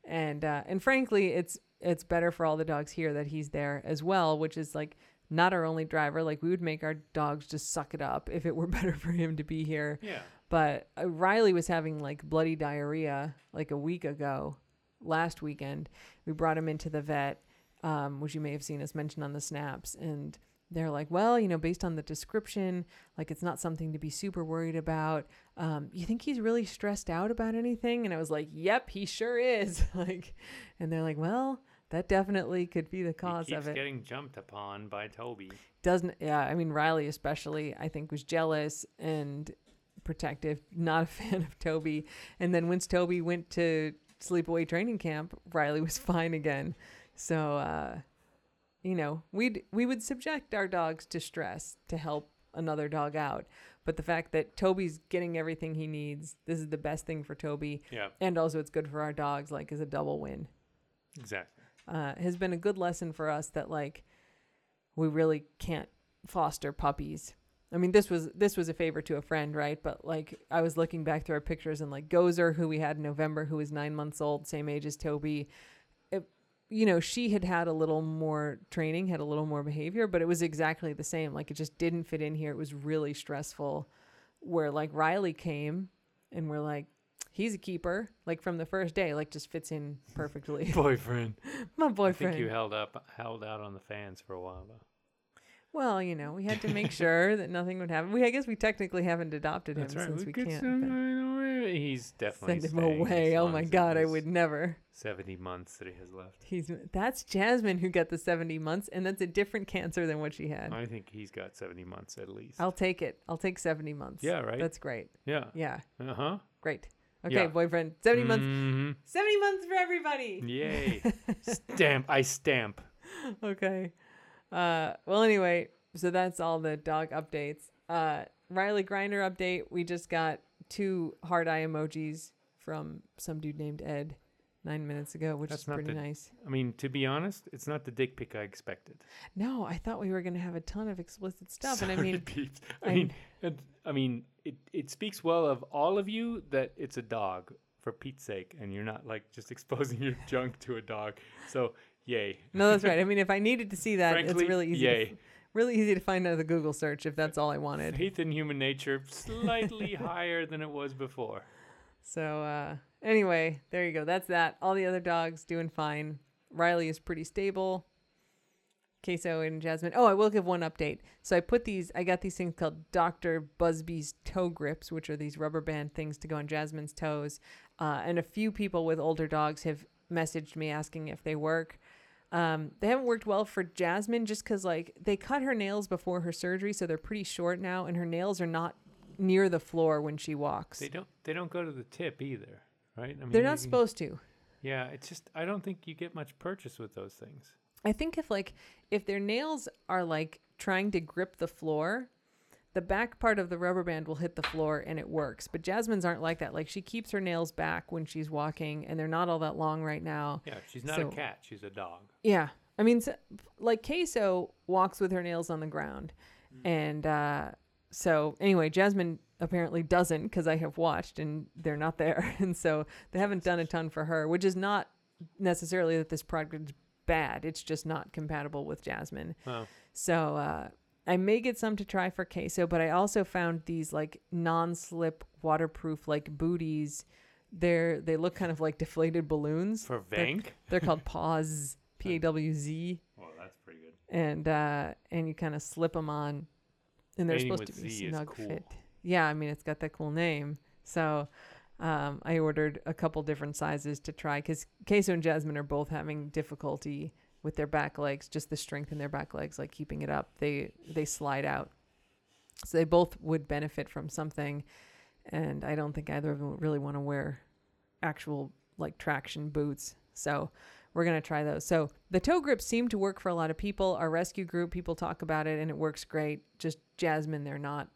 [SPEAKER 1] And uh and frankly it's it's better for all the dogs here that he's there as well, which is like not our only driver. Like we would make our dogs just suck it up if it were better for him to be here.
[SPEAKER 2] Yeah.
[SPEAKER 1] But uh, Riley was having like bloody diarrhea like a week ago, last weekend. We brought him into the vet, um, which you may have seen us mention on the snaps. And they're like, well, you know, based on the description, like it's not something to be super worried about. Um, you think he's really stressed out about anything? And I was like, yep, he sure is. like, and they're like, well, that definitely could be the cause
[SPEAKER 2] he keeps
[SPEAKER 1] of it
[SPEAKER 2] getting jumped upon by Toby.
[SPEAKER 1] doesn't yeah i mean riley especially i think was jealous and protective not a fan of toby and then once toby went to sleepaway training camp riley was fine again so uh you know we'd we would subject our dogs to stress to help another dog out but the fact that toby's getting everything he needs this is the best thing for toby
[SPEAKER 2] Yeah,
[SPEAKER 1] and also it's good for our dogs like is a double win
[SPEAKER 2] exactly.
[SPEAKER 1] uh, has been a good lesson for us that like we really can't foster puppies. I mean, this was this was a favor to a friend, right? But like, I was looking back through our pictures and like Gozer, who we had in November, who was nine months old, same age as Toby. It, you know, she had had a little more training, had a little more behavior, but it was exactly the same. Like, it just didn't fit in here. It was really stressful. Where like Riley came, and we're like, he's a keeper. Like from the first day, like just fits in perfectly.
[SPEAKER 2] Boyfriend.
[SPEAKER 1] My
[SPEAKER 2] I think
[SPEAKER 1] boyfriend.
[SPEAKER 2] you held up, held out on the fans for a while though.
[SPEAKER 1] Well, you know, we had to make sure that nothing would happen. We, I guess, we technically haven't adopted him since we,
[SPEAKER 2] could
[SPEAKER 1] can't
[SPEAKER 2] send
[SPEAKER 1] but
[SPEAKER 2] him away. He's definitely
[SPEAKER 1] send him
[SPEAKER 2] staying as
[SPEAKER 1] away. Oh
[SPEAKER 2] long
[SPEAKER 1] my
[SPEAKER 2] as it
[SPEAKER 1] God, I
[SPEAKER 2] is
[SPEAKER 1] would never.
[SPEAKER 2] Seventy months that he has left.
[SPEAKER 1] He's that's Jasmine who got the seventy months, and that's a different cancer than what she had.
[SPEAKER 2] I think he's got seventy months at least.
[SPEAKER 1] I'll take it. I'll take seventy months.
[SPEAKER 2] Yeah, right?
[SPEAKER 1] That's great.
[SPEAKER 2] yeah.
[SPEAKER 1] Yeah,
[SPEAKER 2] Uh huh.
[SPEAKER 1] great. Okay,
[SPEAKER 2] Yeah.
[SPEAKER 1] boyfriend, seventy months.
[SPEAKER 2] hmm
[SPEAKER 1] Seventy months for everybody.
[SPEAKER 2] Yay! stamp. I stamp.
[SPEAKER 1] okay. Uh, well, anyway, so that's all the dog updates. Uh, Riley Grinder update. We just got two hard eye emojis from some dude named Ed nine minutes ago, which
[SPEAKER 2] That's
[SPEAKER 1] is
[SPEAKER 2] not
[SPEAKER 1] pretty
[SPEAKER 2] the-
[SPEAKER 1] nice.
[SPEAKER 2] I mean, to be honest, it's not the dick pic I expected.
[SPEAKER 1] No, I thought we were gonna have a ton of explicit stuff, and I
[SPEAKER 2] Sorry,
[SPEAKER 1] mean,
[SPEAKER 2] peeps.
[SPEAKER 1] I-
[SPEAKER 2] I mean, it, I mean, it, it speaks well of all of you that it's a dog for Pete's sake, and you're not like just exposing your junk to a dog. So yay.
[SPEAKER 1] no, that's right. I mean, if I needed to see that,
[SPEAKER 2] Frankly,
[SPEAKER 1] it's really easy. To,
[SPEAKER 2] Yay.
[SPEAKER 1] f- really easy to find out of the Google search if that's all I wanted.
[SPEAKER 2] Faith in human nature slightly higher than it was before.
[SPEAKER 1] So uh, anyway, there you go. That's that. All the other dogs doing fine. Riley is pretty stable. Queso and Jasmine. Oh, I will give one update. So I put these. I got these things called Doctor Busby's toe grips, which are these rubber band things to go on Jasmine's toes. Uh, and a few people with older dogs have messaged me asking if they work. Um, they haven't worked well for Jasmine just because like they cut her nails before her surgery, so they're pretty short now, and her nails are not near the floor when she walks.
[SPEAKER 2] They don't they don't go to the tip either, right? I mean,
[SPEAKER 1] They're
[SPEAKER 2] you
[SPEAKER 1] not
[SPEAKER 2] can-
[SPEAKER 1] supposed to.
[SPEAKER 2] Yeah, it's just I don't think you get much purchase with those things.
[SPEAKER 1] I think if like if their nails are like trying to grip the floor, the back part of the rubber band will hit the floor and it works. But Jasmine's aren't like that. Like she keeps her nails back when she's walking and they're not all that long right now.
[SPEAKER 2] Yeah, she's not
[SPEAKER 1] So-
[SPEAKER 2] a cat, she's a dog.
[SPEAKER 1] Yeah. I mean, so, like Queso walks with her nails on the ground. And uh, so, anyway, Jasmine apparently doesn't because I have watched and they're not there. And so they haven't done a ton for her, which is not necessarily that this product is bad. It's just not compatible with Jasmine.
[SPEAKER 2] Oh.
[SPEAKER 1] So uh, I may get some to try for queso, but I also found these like non-slip, waterproof like booties. They're they look kind of like deflated balloons.
[SPEAKER 2] For Vank?
[SPEAKER 1] They're called paws, P A W Z,
[SPEAKER 2] Well, that's pretty good.
[SPEAKER 1] and uh, and you kind of slip them on, and they're
[SPEAKER 2] Anything
[SPEAKER 1] supposed to
[SPEAKER 2] with
[SPEAKER 1] be
[SPEAKER 2] Z is
[SPEAKER 1] snug
[SPEAKER 2] cool.
[SPEAKER 1] fit. Yeah, I mean it's got that cool name. So um, I ordered a couple different sizes to try because Queso and Jasmine are both having difficulty with their back legs, just the strength in their back legs, like keeping it up. They they slide out, so they both would benefit from something, and I don't think either of them would really want to wear actual like traction boots. So we're gonna try those. So the toe grips seem to work for a lot of people. Our rescue group people talk about it, and it works great. Just Jasmine, they're not.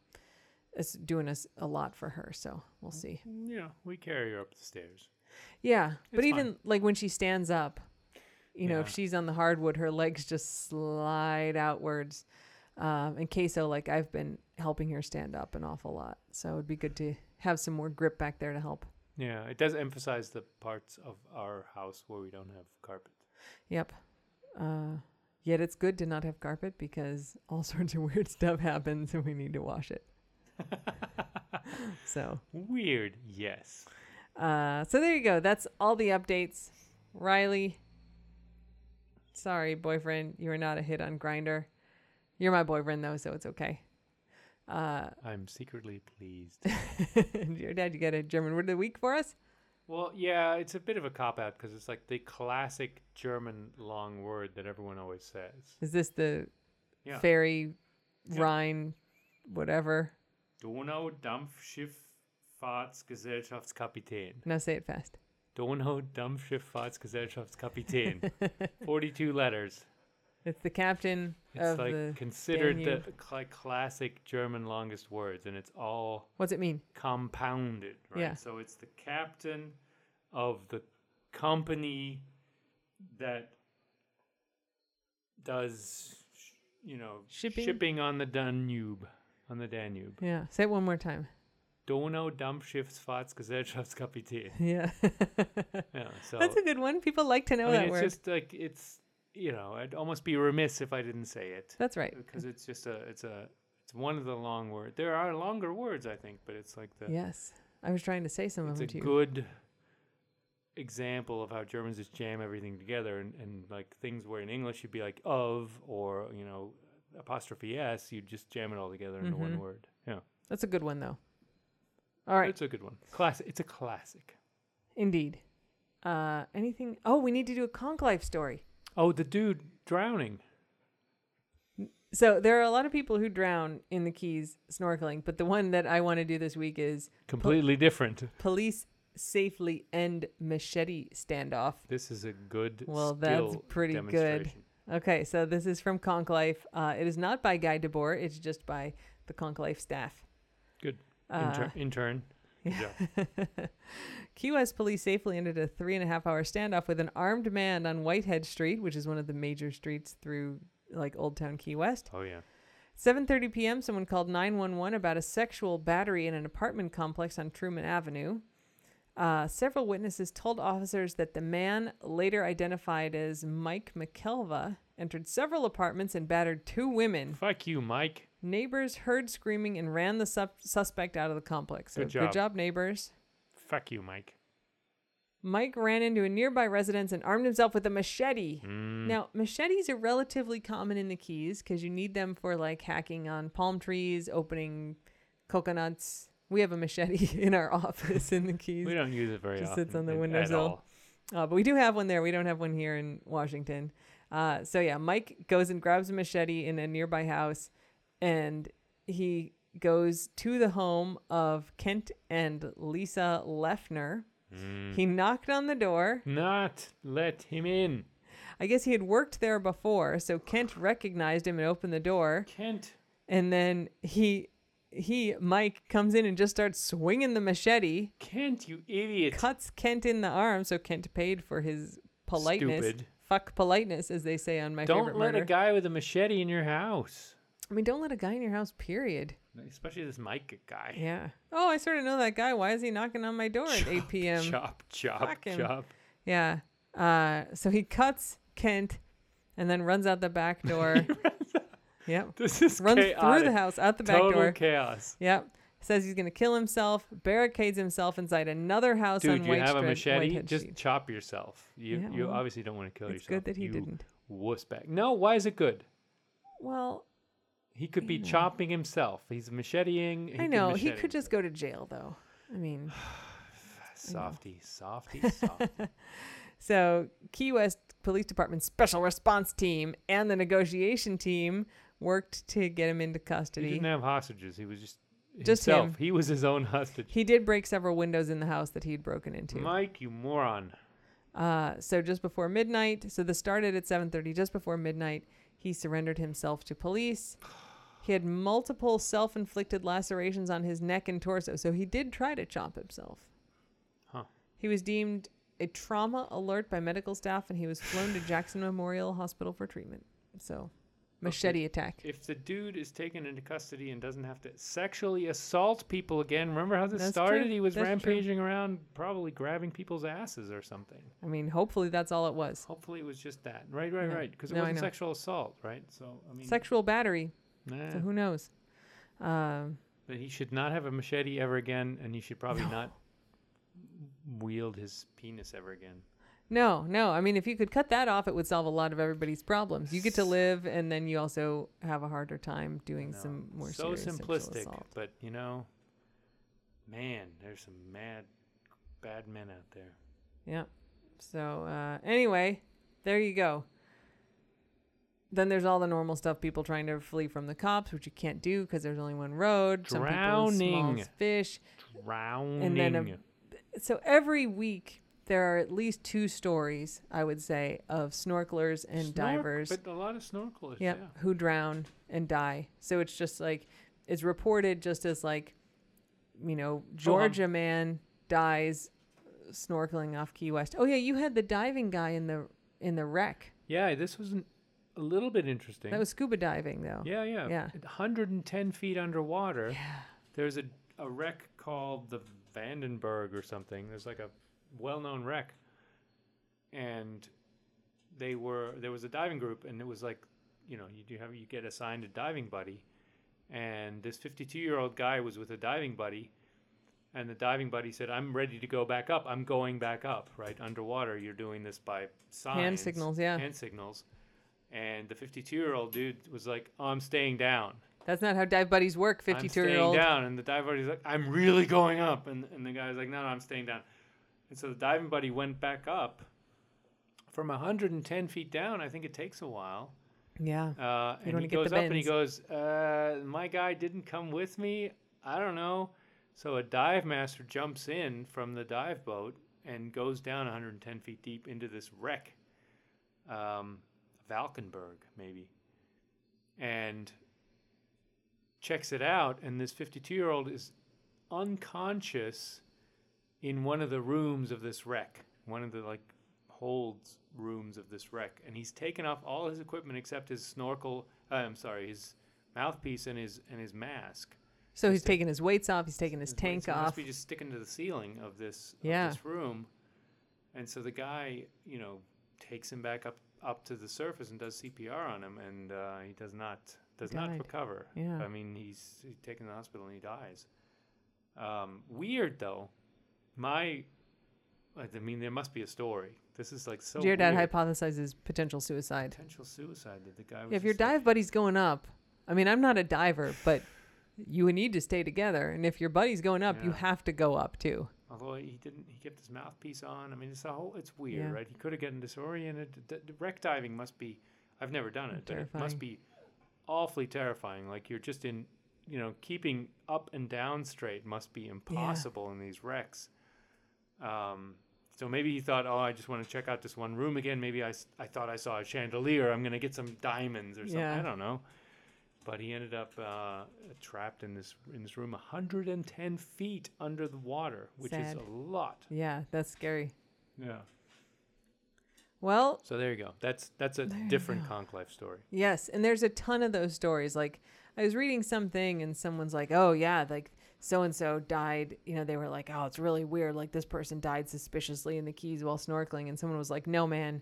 [SPEAKER 1] It's doing us a lot for her, so we'll see.
[SPEAKER 2] Yeah, we carry her up the stairs.
[SPEAKER 1] Yeah, but
[SPEAKER 2] It's
[SPEAKER 1] even like when she stands up, You know, if
[SPEAKER 2] Yeah.
[SPEAKER 1] she's on the hardwood, her legs just slide outwards. Um, and queso, like I've been helping her stand up an awful lot, so it'd be good to have some more grip back there to help.
[SPEAKER 2] Yeah, it does emphasize the parts of our house where we don't have carpet.
[SPEAKER 1] Yep. Uh, yet it's good to not have carpet because all sorts of weird stuff happens and we need to wash it. so,
[SPEAKER 2] Weird, yes.
[SPEAKER 1] uh, so there you go. That's all the updates. Riley, sorry, boyfriend, you are not a hit on Grinder. You're my boyfriend though, so it's okay. Uh,
[SPEAKER 2] I'm secretly pleased.
[SPEAKER 1] your dad, you got a German word of the week for us?
[SPEAKER 2] well, yeah, it's a bit of a cop out because it's like the classic German long word that everyone always says.
[SPEAKER 1] Is this the
[SPEAKER 2] Yeah.
[SPEAKER 1] fairy,
[SPEAKER 2] Yeah.
[SPEAKER 1] Rhine, whatever?
[SPEAKER 2] Donaudampfschifffahrtsgesellschaftskapitän.
[SPEAKER 1] Now say it fast.
[SPEAKER 2] Donaudampfschifffahrtsgesellschaftskapitän. 42 letters.
[SPEAKER 1] It's the captain
[SPEAKER 2] It's
[SPEAKER 1] of
[SPEAKER 2] like
[SPEAKER 1] the.
[SPEAKER 2] considered the
[SPEAKER 1] Danube.
[SPEAKER 2] cl- classic German longest words, and it's all
[SPEAKER 1] What's it mean?
[SPEAKER 2] compounded, right?
[SPEAKER 1] Yeah.
[SPEAKER 2] So it's the captain of the company that does, sh- you know,
[SPEAKER 1] Shipping?
[SPEAKER 2] shipping on the Danube, on the Danube.
[SPEAKER 1] Yeah. Say it one more time.
[SPEAKER 2] Donau Dampfschifffahrtsgesellschaftskapitän.
[SPEAKER 1] Yeah.
[SPEAKER 2] Yeah, so
[SPEAKER 1] That's a good one. People like to know
[SPEAKER 2] I mean,
[SPEAKER 1] that
[SPEAKER 2] it's
[SPEAKER 1] word.
[SPEAKER 2] just like it's, you know, I'd almost be remiss if I didn't say it.
[SPEAKER 1] That's right.
[SPEAKER 2] because it's just a it's a it's one of the long words. There are longer words, I think, but it's like the
[SPEAKER 1] Yes. I was trying to say some of
[SPEAKER 2] it's
[SPEAKER 1] them
[SPEAKER 2] a
[SPEAKER 1] to you.
[SPEAKER 2] good example of how Germans just jam everything together and, and like things where in English you'd be like of or you know apostrophe s, you just jam it all together into one
[SPEAKER 1] Mhm.
[SPEAKER 2] word. Yeah,
[SPEAKER 1] That's a good one, though. All right.
[SPEAKER 2] it's a good one. Class, it's a classic.
[SPEAKER 1] Indeed. Uh, anything? Oh, we need to do a conclave story.
[SPEAKER 2] Oh, the dude drowning.
[SPEAKER 1] So there are a lot of people who drown in the Keys snorkeling, but the one that I want to do this week is
[SPEAKER 2] Completely different.
[SPEAKER 1] police safely end machete standoff.
[SPEAKER 2] This is a good.
[SPEAKER 1] Well, that's
[SPEAKER 2] skill
[SPEAKER 1] pretty good.
[SPEAKER 2] demonstration.
[SPEAKER 1] Okay, so this is from Conclave. Uh, it is not by Guy Debord. It's just by the Conclave staff.
[SPEAKER 2] Good.
[SPEAKER 1] Uh,
[SPEAKER 2] Inter- intern. Good job.
[SPEAKER 1] Key West police safely ended a three and a half hour standoff with an armed man on Whitehead Street, which is one of the major streets through like Old Town Key West.
[SPEAKER 2] Oh yeah.
[SPEAKER 1] 7:30 p.m. someone called 911 about a sexual battery in an apartment complex on Truman Avenue. Uh, several witnesses told officers that the man, later identified as Mike McKelva, entered several apartments and battered two women.
[SPEAKER 2] Fuck you, Mike.
[SPEAKER 1] Neighbors heard screaming and ran the sub- suspect out of the complex. So
[SPEAKER 2] Good job.
[SPEAKER 1] good job, neighbors.
[SPEAKER 2] Fuck you, Mike.
[SPEAKER 1] Mike ran into a nearby residence and armed himself with a machete.
[SPEAKER 2] Mm. Hmm.
[SPEAKER 1] Now, machetes are relatively common in the Keys because you need them for like hacking on palm trees, opening coconuts. We have a machete in our office in the Keys,
[SPEAKER 2] We don't use it very
[SPEAKER 1] just
[SPEAKER 2] often.
[SPEAKER 1] sits on the
[SPEAKER 2] in- at
[SPEAKER 1] windowsill.
[SPEAKER 2] all.
[SPEAKER 1] uh, but we do have one there. We don't have one here in Washington. Uh, so yeah, Mike goes and grabs a machete in a nearby house, and he goes to the home of Kent and Lisa Lefner.
[SPEAKER 2] Hmm.
[SPEAKER 1] He knocked on the door.
[SPEAKER 2] Not let him in.
[SPEAKER 1] I guess he had worked there before, so Kent recognized him and opened the door.
[SPEAKER 2] Kent.
[SPEAKER 1] And then he, he Mike comes in and just starts swinging the machete,
[SPEAKER 2] Kent, you idiot.
[SPEAKER 1] cuts Kent in the arm, so Kent paid for his politeness.
[SPEAKER 2] Stupid.
[SPEAKER 1] Fuck politeness, as they say on my
[SPEAKER 2] don't
[SPEAKER 1] favorite
[SPEAKER 2] let
[SPEAKER 1] murder.
[SPEAKER 2] a guy with a machete in your house.
[SPEAKER 1] I mean, don't let a guy in your house. Period.
[SPEAKER 2] Especially this Mike guy.
[SPEAKER 1] Yeah. Oh, I sort of know that guy. Why is he knocking on my door at 8 p.m.?
[SPEAKER 2] Chop, chop,
[SPEAKER 1] Fuck him.
[SPEAKER 2] chop.
[SPEAKER 1] Yeah. Uh, so he cuts Kent, and then runs out the back door. yep.
[SPEAKER 2] This is
[SPEAKER 1] Runs
[SPEAKER 2] chaotic.
[SPEAKER 1] through the house, out the back
[SPEAKER 2] Total
[SPEAKER 1] door.
[SPEAKER 2] chaos.
[SPEAKER 1] Yep. Says he's going to kill himself, barricades himself inside another house on
[SPEAKER 2] Dude, you
[SPEAKER 1] White
[SPEAKER 2] have a
[SPEAKER 1] Street-
[SPEAKER 2] machete?
[SPEAKER 1] Whitehead
[SPEAKER 2] Just
[SPEAKER 1] Street.
[SPEAKER 2] chop yourself. You,
[SPEAKER 1] Yeah,
[SPEAKER 2] you
[SPEAKER 1] well,
[SPEAKER 2] obviously don't want to kill
[SPEAKER 1] it's
[SPEAKER 2] yourself.
[SPEAKER 1] good that he
[SPEAKER 2] you
[SPEAKER 1] didn't.
[SPEAKER 2] Wussback. No, why is it good?
[SPEAKER 1] Well,
[SPEAKER 2] He could be chopping himself. He's macheting.
[SPEAKER 1] Hmm. I know. He
[SPEAKER 2] machete
[SPEAKER 1] could just go to jail, though. I mean,
[SPEAKER 2] Softy, softy, softy.
[SPEAKER 1] so Key West Police Department Special Response Team and the negotiation team worked to get him into
[SPEAKER 2] he
[SPEAKER 1] custody.
[SPEAKER 2] didn't have hostages. He was just
[SPEAKER 1] Just
[SPEAKER 2] himself.
[SPEAKER 1] him.
[SPEAKER 2] He was his own hostage.
[SPEAKER 1] He did break several windows in the house that he'd broken into.
[SPEAKER 2] Mike, you moron.
[SPEAKER 1] Uh, so just before midnight, so this started at 7:30. Just before midnight, he surrendered himself to police. He had multiple self-inflicted lacerations on his neck and torso, so he did try to chop himself.
[SPEAKER 2] Huh.
[SPEAKER 1] He was deemed a trauma alert by medical staff, and he was flown to Jackson Memorial Hospital for treatment.
[SPEAKER 2] Oh,
[SPEAKER 1] So, machete attack.
[SPEAKER 2] If the dude is taken into custody and doesn't have to sexually assault people again, remember how this
[SPEAKER 1] That's true.
[SPEAKER 2] started? He was
[SPEAKER 1] That's true.
[SPEAKER 2] rampaging around, probably grabbing people's asses or something.
[SPEAKER 1] I mean, hopefully that's all it was.
[SPEAKER 2] Hopefully, it was just that. Right, right,
[SPEAKER 1] No.
[SPEAKER 2] right. Because it
[SPEAKER 1] No, I
[SPEAKER 2] wasn't
[SPEAKER 1] know.
[SPEAKER 2] sexual assault, right? So I mean,
[SPEAKER 1] Sexual battery.
[SPEAKER 2] nah.
[SPEAKER 1] So who knows? Um,
[SPEAKER 2] but he should not have a machete ever again, and he should probably not wield his penis ever again.
[SPEAKER 1] no, no. I mean, if you could cut that off, it would solve a lot of everybody's problems. You get to live, and then you also have a harder time doing
[SPEAKER 2] No.
[SPEAKER 1] some more
[SPEAKER 2] so
[SPEAKER 1] serious sexual
[SPEAKER 2] simplistic,
[SPEAKER 1] assault.
[SPEAKER 2] but you know, man, there's some mad, bad men out there.
[SPEAKER 1] Yeah. So uh, anyway, there you go. Then there's all the normal stuff: people trying to flee from the cops, which you can't do because there's only one road. Some people
[SPEAKER 2] Drowning.
[SPEAKER 1] small as fish.
[SPEAKER 2] Drowning.
[SPEAKER 1] then a- So every week there are at least two stories, I would say, of snorkelers and
[SPEAKER 2] Snork-
[SPEAKER 1] divers.
[SPEAKER 2] But a lot of snorkelers.
[SPEAKER 1] Yep,
[SPEAKER 2] Yeah.
[SPEAKER 1] who drown and die. So it's just like it's reported just as like, you
[SPEAKER 2] Oh, um,
[SPEAKER 1] know, Georgia man dies snorkeling off Key West. Oh yeah, you had the diving guy in the in the wreck.
[SPEAKER 2] Yeah, this was an, a little bit interesting.
[SPEAKER 1] That was scuba diving though.
[SPEAKER 2] yeah, yeah.
[SPEAKER 1] yeah.
[SPEAKER 2] 110 feet underwater. There's a, a wreck called the Vandenberg or something. There's like a well known wreck. And they were there was a diving group and it was like you know you do have you get assigned a diving buddy and this 52 year old guy was with a diving buddy and the diving buddy said i'm ready to go back up i'm going back up right underwater you're doing this by signs
[SPEAKER 1] signals, yeah.
[SPEAKER 2] hand signals and the 52 year old dude was like oh, i'm staying down
[SPEAKER 1] That's not how dive buddies work,
[SPEAKER 2] I'm
[SPEAKER 1] fifty two
[SPEAKER 2] staying
[SPEAKER 1] year old.
[SPEAKER 2] down, and the dive buddy's like, "I'm really going up," and and the guy's like, "No, no, I'm staying down." And so the diving buddy went back up from 110 feet down. I think it takes a while.
[SPEAKER 1] Yeah.
[SPEAKER 2] Uh,
[SPEAKER 1] You
[SPEAKER 2] and
[SPEAKER 1] don't
[SPEAKER 2] he
[SPEAKER 1] get the
[SPEAKER 2] goes up and he goes, uh, "My guy didn't come with me. I don't know." So a dive master jumps in from the dive boat and goes down 110 feet deep into this wreck, um, Valkenburg maybe, and checks it out. And this 52 year old is unconscious in one of the rooms of this wreck, one of the like holds rooms of this wreck, and he's taken off all his equipment except his snorkel. Uh, I'm sorry, his mouthpiece and his and his mask.
[SPEAKER 1] So he's taking his weights off, he's taking his
[SPEAKER 2] His weights
[SPEAKER 1] tank
[SPEAKER 2] Must
[SPEAKER 1] off.
[SPEAKER 2] be just sticking to the ceiling of this of
[SPEAKER 1] Yeah.
[SPEAKER 2] this room, and so the guy, you know, takes him back up up to the surface and does CPR on him, and uh, he does not does not
[SPEAKER 1] Died.
[SPEAKER 2] recover.
[SPEAKER 1] Yeah.
[SPEAKER 2] I mean, he's, he's taken to the hospital and he dies. Um, weird though, my. I mean, there must be a story. This is like so.
[SPEAKER 1] Dear Dad
[SPEAKER 2] weird.
[SPEAKER 1] hypothesizes potential suicide.
[SPEAKER 2] potential suicide that the guy was.
[SPEAKER 1] if your
[SPEAKER 2] just like-
[SPEAKER 1] dive buddy's going up, I mean, I'm not a diver, but you would need to stay together. And if your buddy's going up, you
[SPEAKER 2] Yeah.
[SPEAKER 1] have to go up too.
[SPEAKER 2] although he didn't, he kept his mouthpiece on. I mean, it's a whole, it's weird,
[SPEAKER 1] Yeah.
[SPEAKER 2] right? He could have gotten disoriented. D- d- wreck diving must be, I've never done it, but it
[SPEAKER 1] Terrifying.
[SPEAKER 2] must be awfully terrifying. Like you're just in, you know, keeping up and down straight must be impossible in these wrecks. Um, so maybe he thought, oh, I just want to check out this one room again. Maybe I, s- I thought I saw a chandelier. I'm gonna get some diamonds or something.
[SPEAKER 1] Yeah.
[SPEAKER 2] I don't know. But he ended up uh, trapped in this in this room, 110 feet under the water, which
[SPEAKER 1] Sad.
[SPEAKER 2] is a lot.
[SPEAKER 1] Yeah, that's scary.
[SPEAKER 2] Yeah.
[SPEAKER 1] Well,
[SPEAKER 2] So there you go. That's that's a different conclave story.
[SPEAKER 1] yes. And there's a ton of those stories. Like, I was reading something and someone's like, oh, yeah, like so and so died. You know, they were like, oh, it's really weird. Like, this person died suspiciously in the Keys while snorkeling. And someone was like, no, man.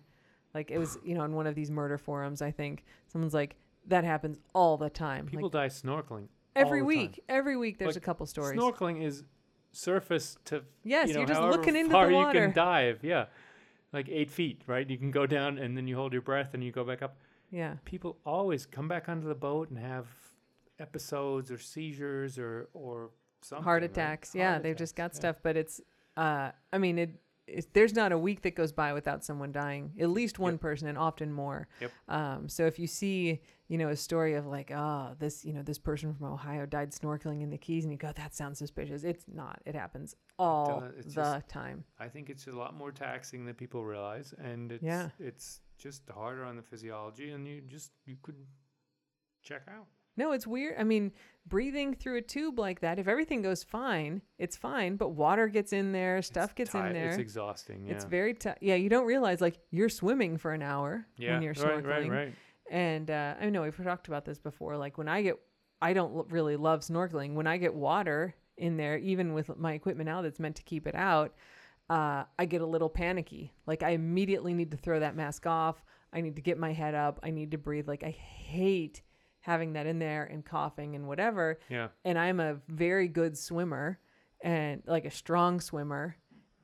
[SPEAKER 1] Like, it was, you know, on one of these murder forums, I think. Someone's like, that happens all the time.
[SPEAKER 2] People
[SPEAKER 1] like,
[SPEAKER 2] die snorkeling
[SPEAKER 1] every
[SPEAKER 2] all the time.
[SPEAKER 1] week, every week there's
[SPEAKER 2] Like,
[SPEAKER 1] a couple stories.
[SPEAKER 2] Snorkeling is surface to
[SPEAKER 1] Yes,
[SPEAKER 2] you know,
[SPEAKER 1] you're just
[SPEAKER 2] however
[SPEAKER 1] looking into the
[SPEAKER 2] far You
[SPEAKER 1] water.
[SPEAKER 2] can dive, yeah, like eight feet, right? You can go down and then you hold your breath and you go back up.
[SPEAKER 1] yeah.
[SPEAKER 2] People always come back onto the boat and have episodes or seizures or or something.
[SPEAKER 1] heart
[SPEAKER 2] right?
[SPEAKER 1] attacks.
[SPEAKER 2] Heart
[SPEAKER 1] yeah, they've just got
[SPEAKER 2] attacks, yeah.
[SPEAKER 1] stuff. But it's, uh, I mean, it, it. There's not a week that goes by without someone dying. At least one person, and often more.
[SPEAKER 2] Yep.
[SPEAKER 1] Um, so if you see, you know, a story of like, oh, this, you know, this person from Ohio died snorkeling in the Keys, and you go, that sounds suspicious. It's not. It happens all
[SPEAKER 2] does. It's
[SPEAKER 1] the
[SPEAKER 2] just-
[SPEAKER 1] time.
[SPEAKER 2] I think it's a lot more taxing than people realize, and it's
[SPEAKER 1] Yeah.
[SPEAKER 2] it's just harder on the physiology, and you just you could check out.
[SPEAKER 1] No, it's weird. I mean, breathing through a tube like that, if everything goes fine, it's fine, but water gets in there, stuff gets
[SPEAKER 2] Ti-
[SPEAKER 1] in there.
[SPEAKER 2] It's exhausting. Yeah.
[SPEAKER 1] It's very tough. Yeah, you don't realize like you're swimming for an hour
[SPEAKER 2] yeah.
[SPEAKER 1] when you're
[SPEAKER 2] right,
[SPEAKER 1] snorkeling.
[SPEAKER 2] right, right.
[SPEAKER 1] And uh, I know we've talked about this before. Like when I get, I don't l- really love snorkeling. When I get water in there, even with my equipment out that's meant to keep it out, uh, I get a little panicky. Like I immediately need to throw that mask off. I need to get my head up. I need to breathe. Like I hate having that in there and coughing and whatever
[SPEAKER 2] Yeah.
[SPEAKER 1] and I'm a very good swimmer and like a strong swimmer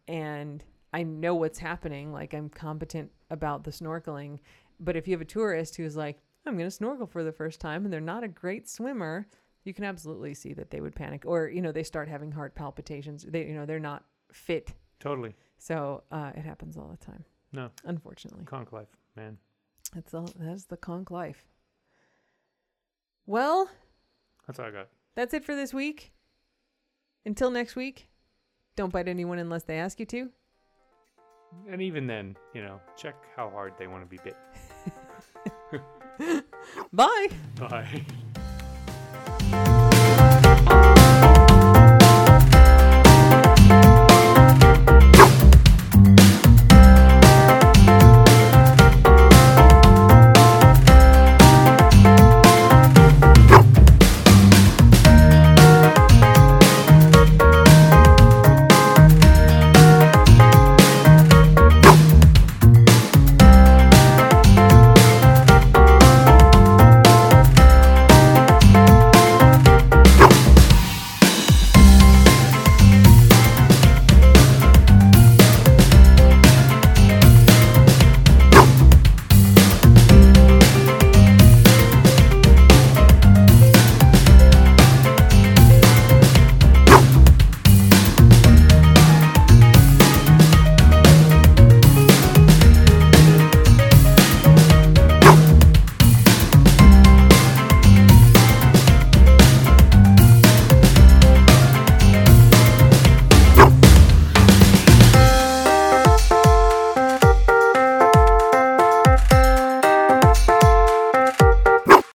[SPEAKER 1] and I know what's happening like I'm competent about the snorkeling but if you have a tourist who's like I'm going to snorkel for the first time and they're not a great swimmer you can absolutely see that they would panic or you know they start having heart palpitations they you know they're not fit
[SPEAKER 2] Totally.
[SPEAKER 1] so uh, it happens all the time
[SPEAKER 2] No.
[SPEAKER 1] unfortunately
[SPEAKER 2] Conclave, man.
[SPEAKER 1] that's all that's the conch life well
[SPEAKER 2] That's all I got.
[SPEAKER 1] That's it for this week. Until next week, don't bite anyone unless they ask you to.
[SPEAKER 2] And even then, you know, check how hard they want to be bit.
[SPEAKER 1] Bye.
[SPEAKER 2] Bye.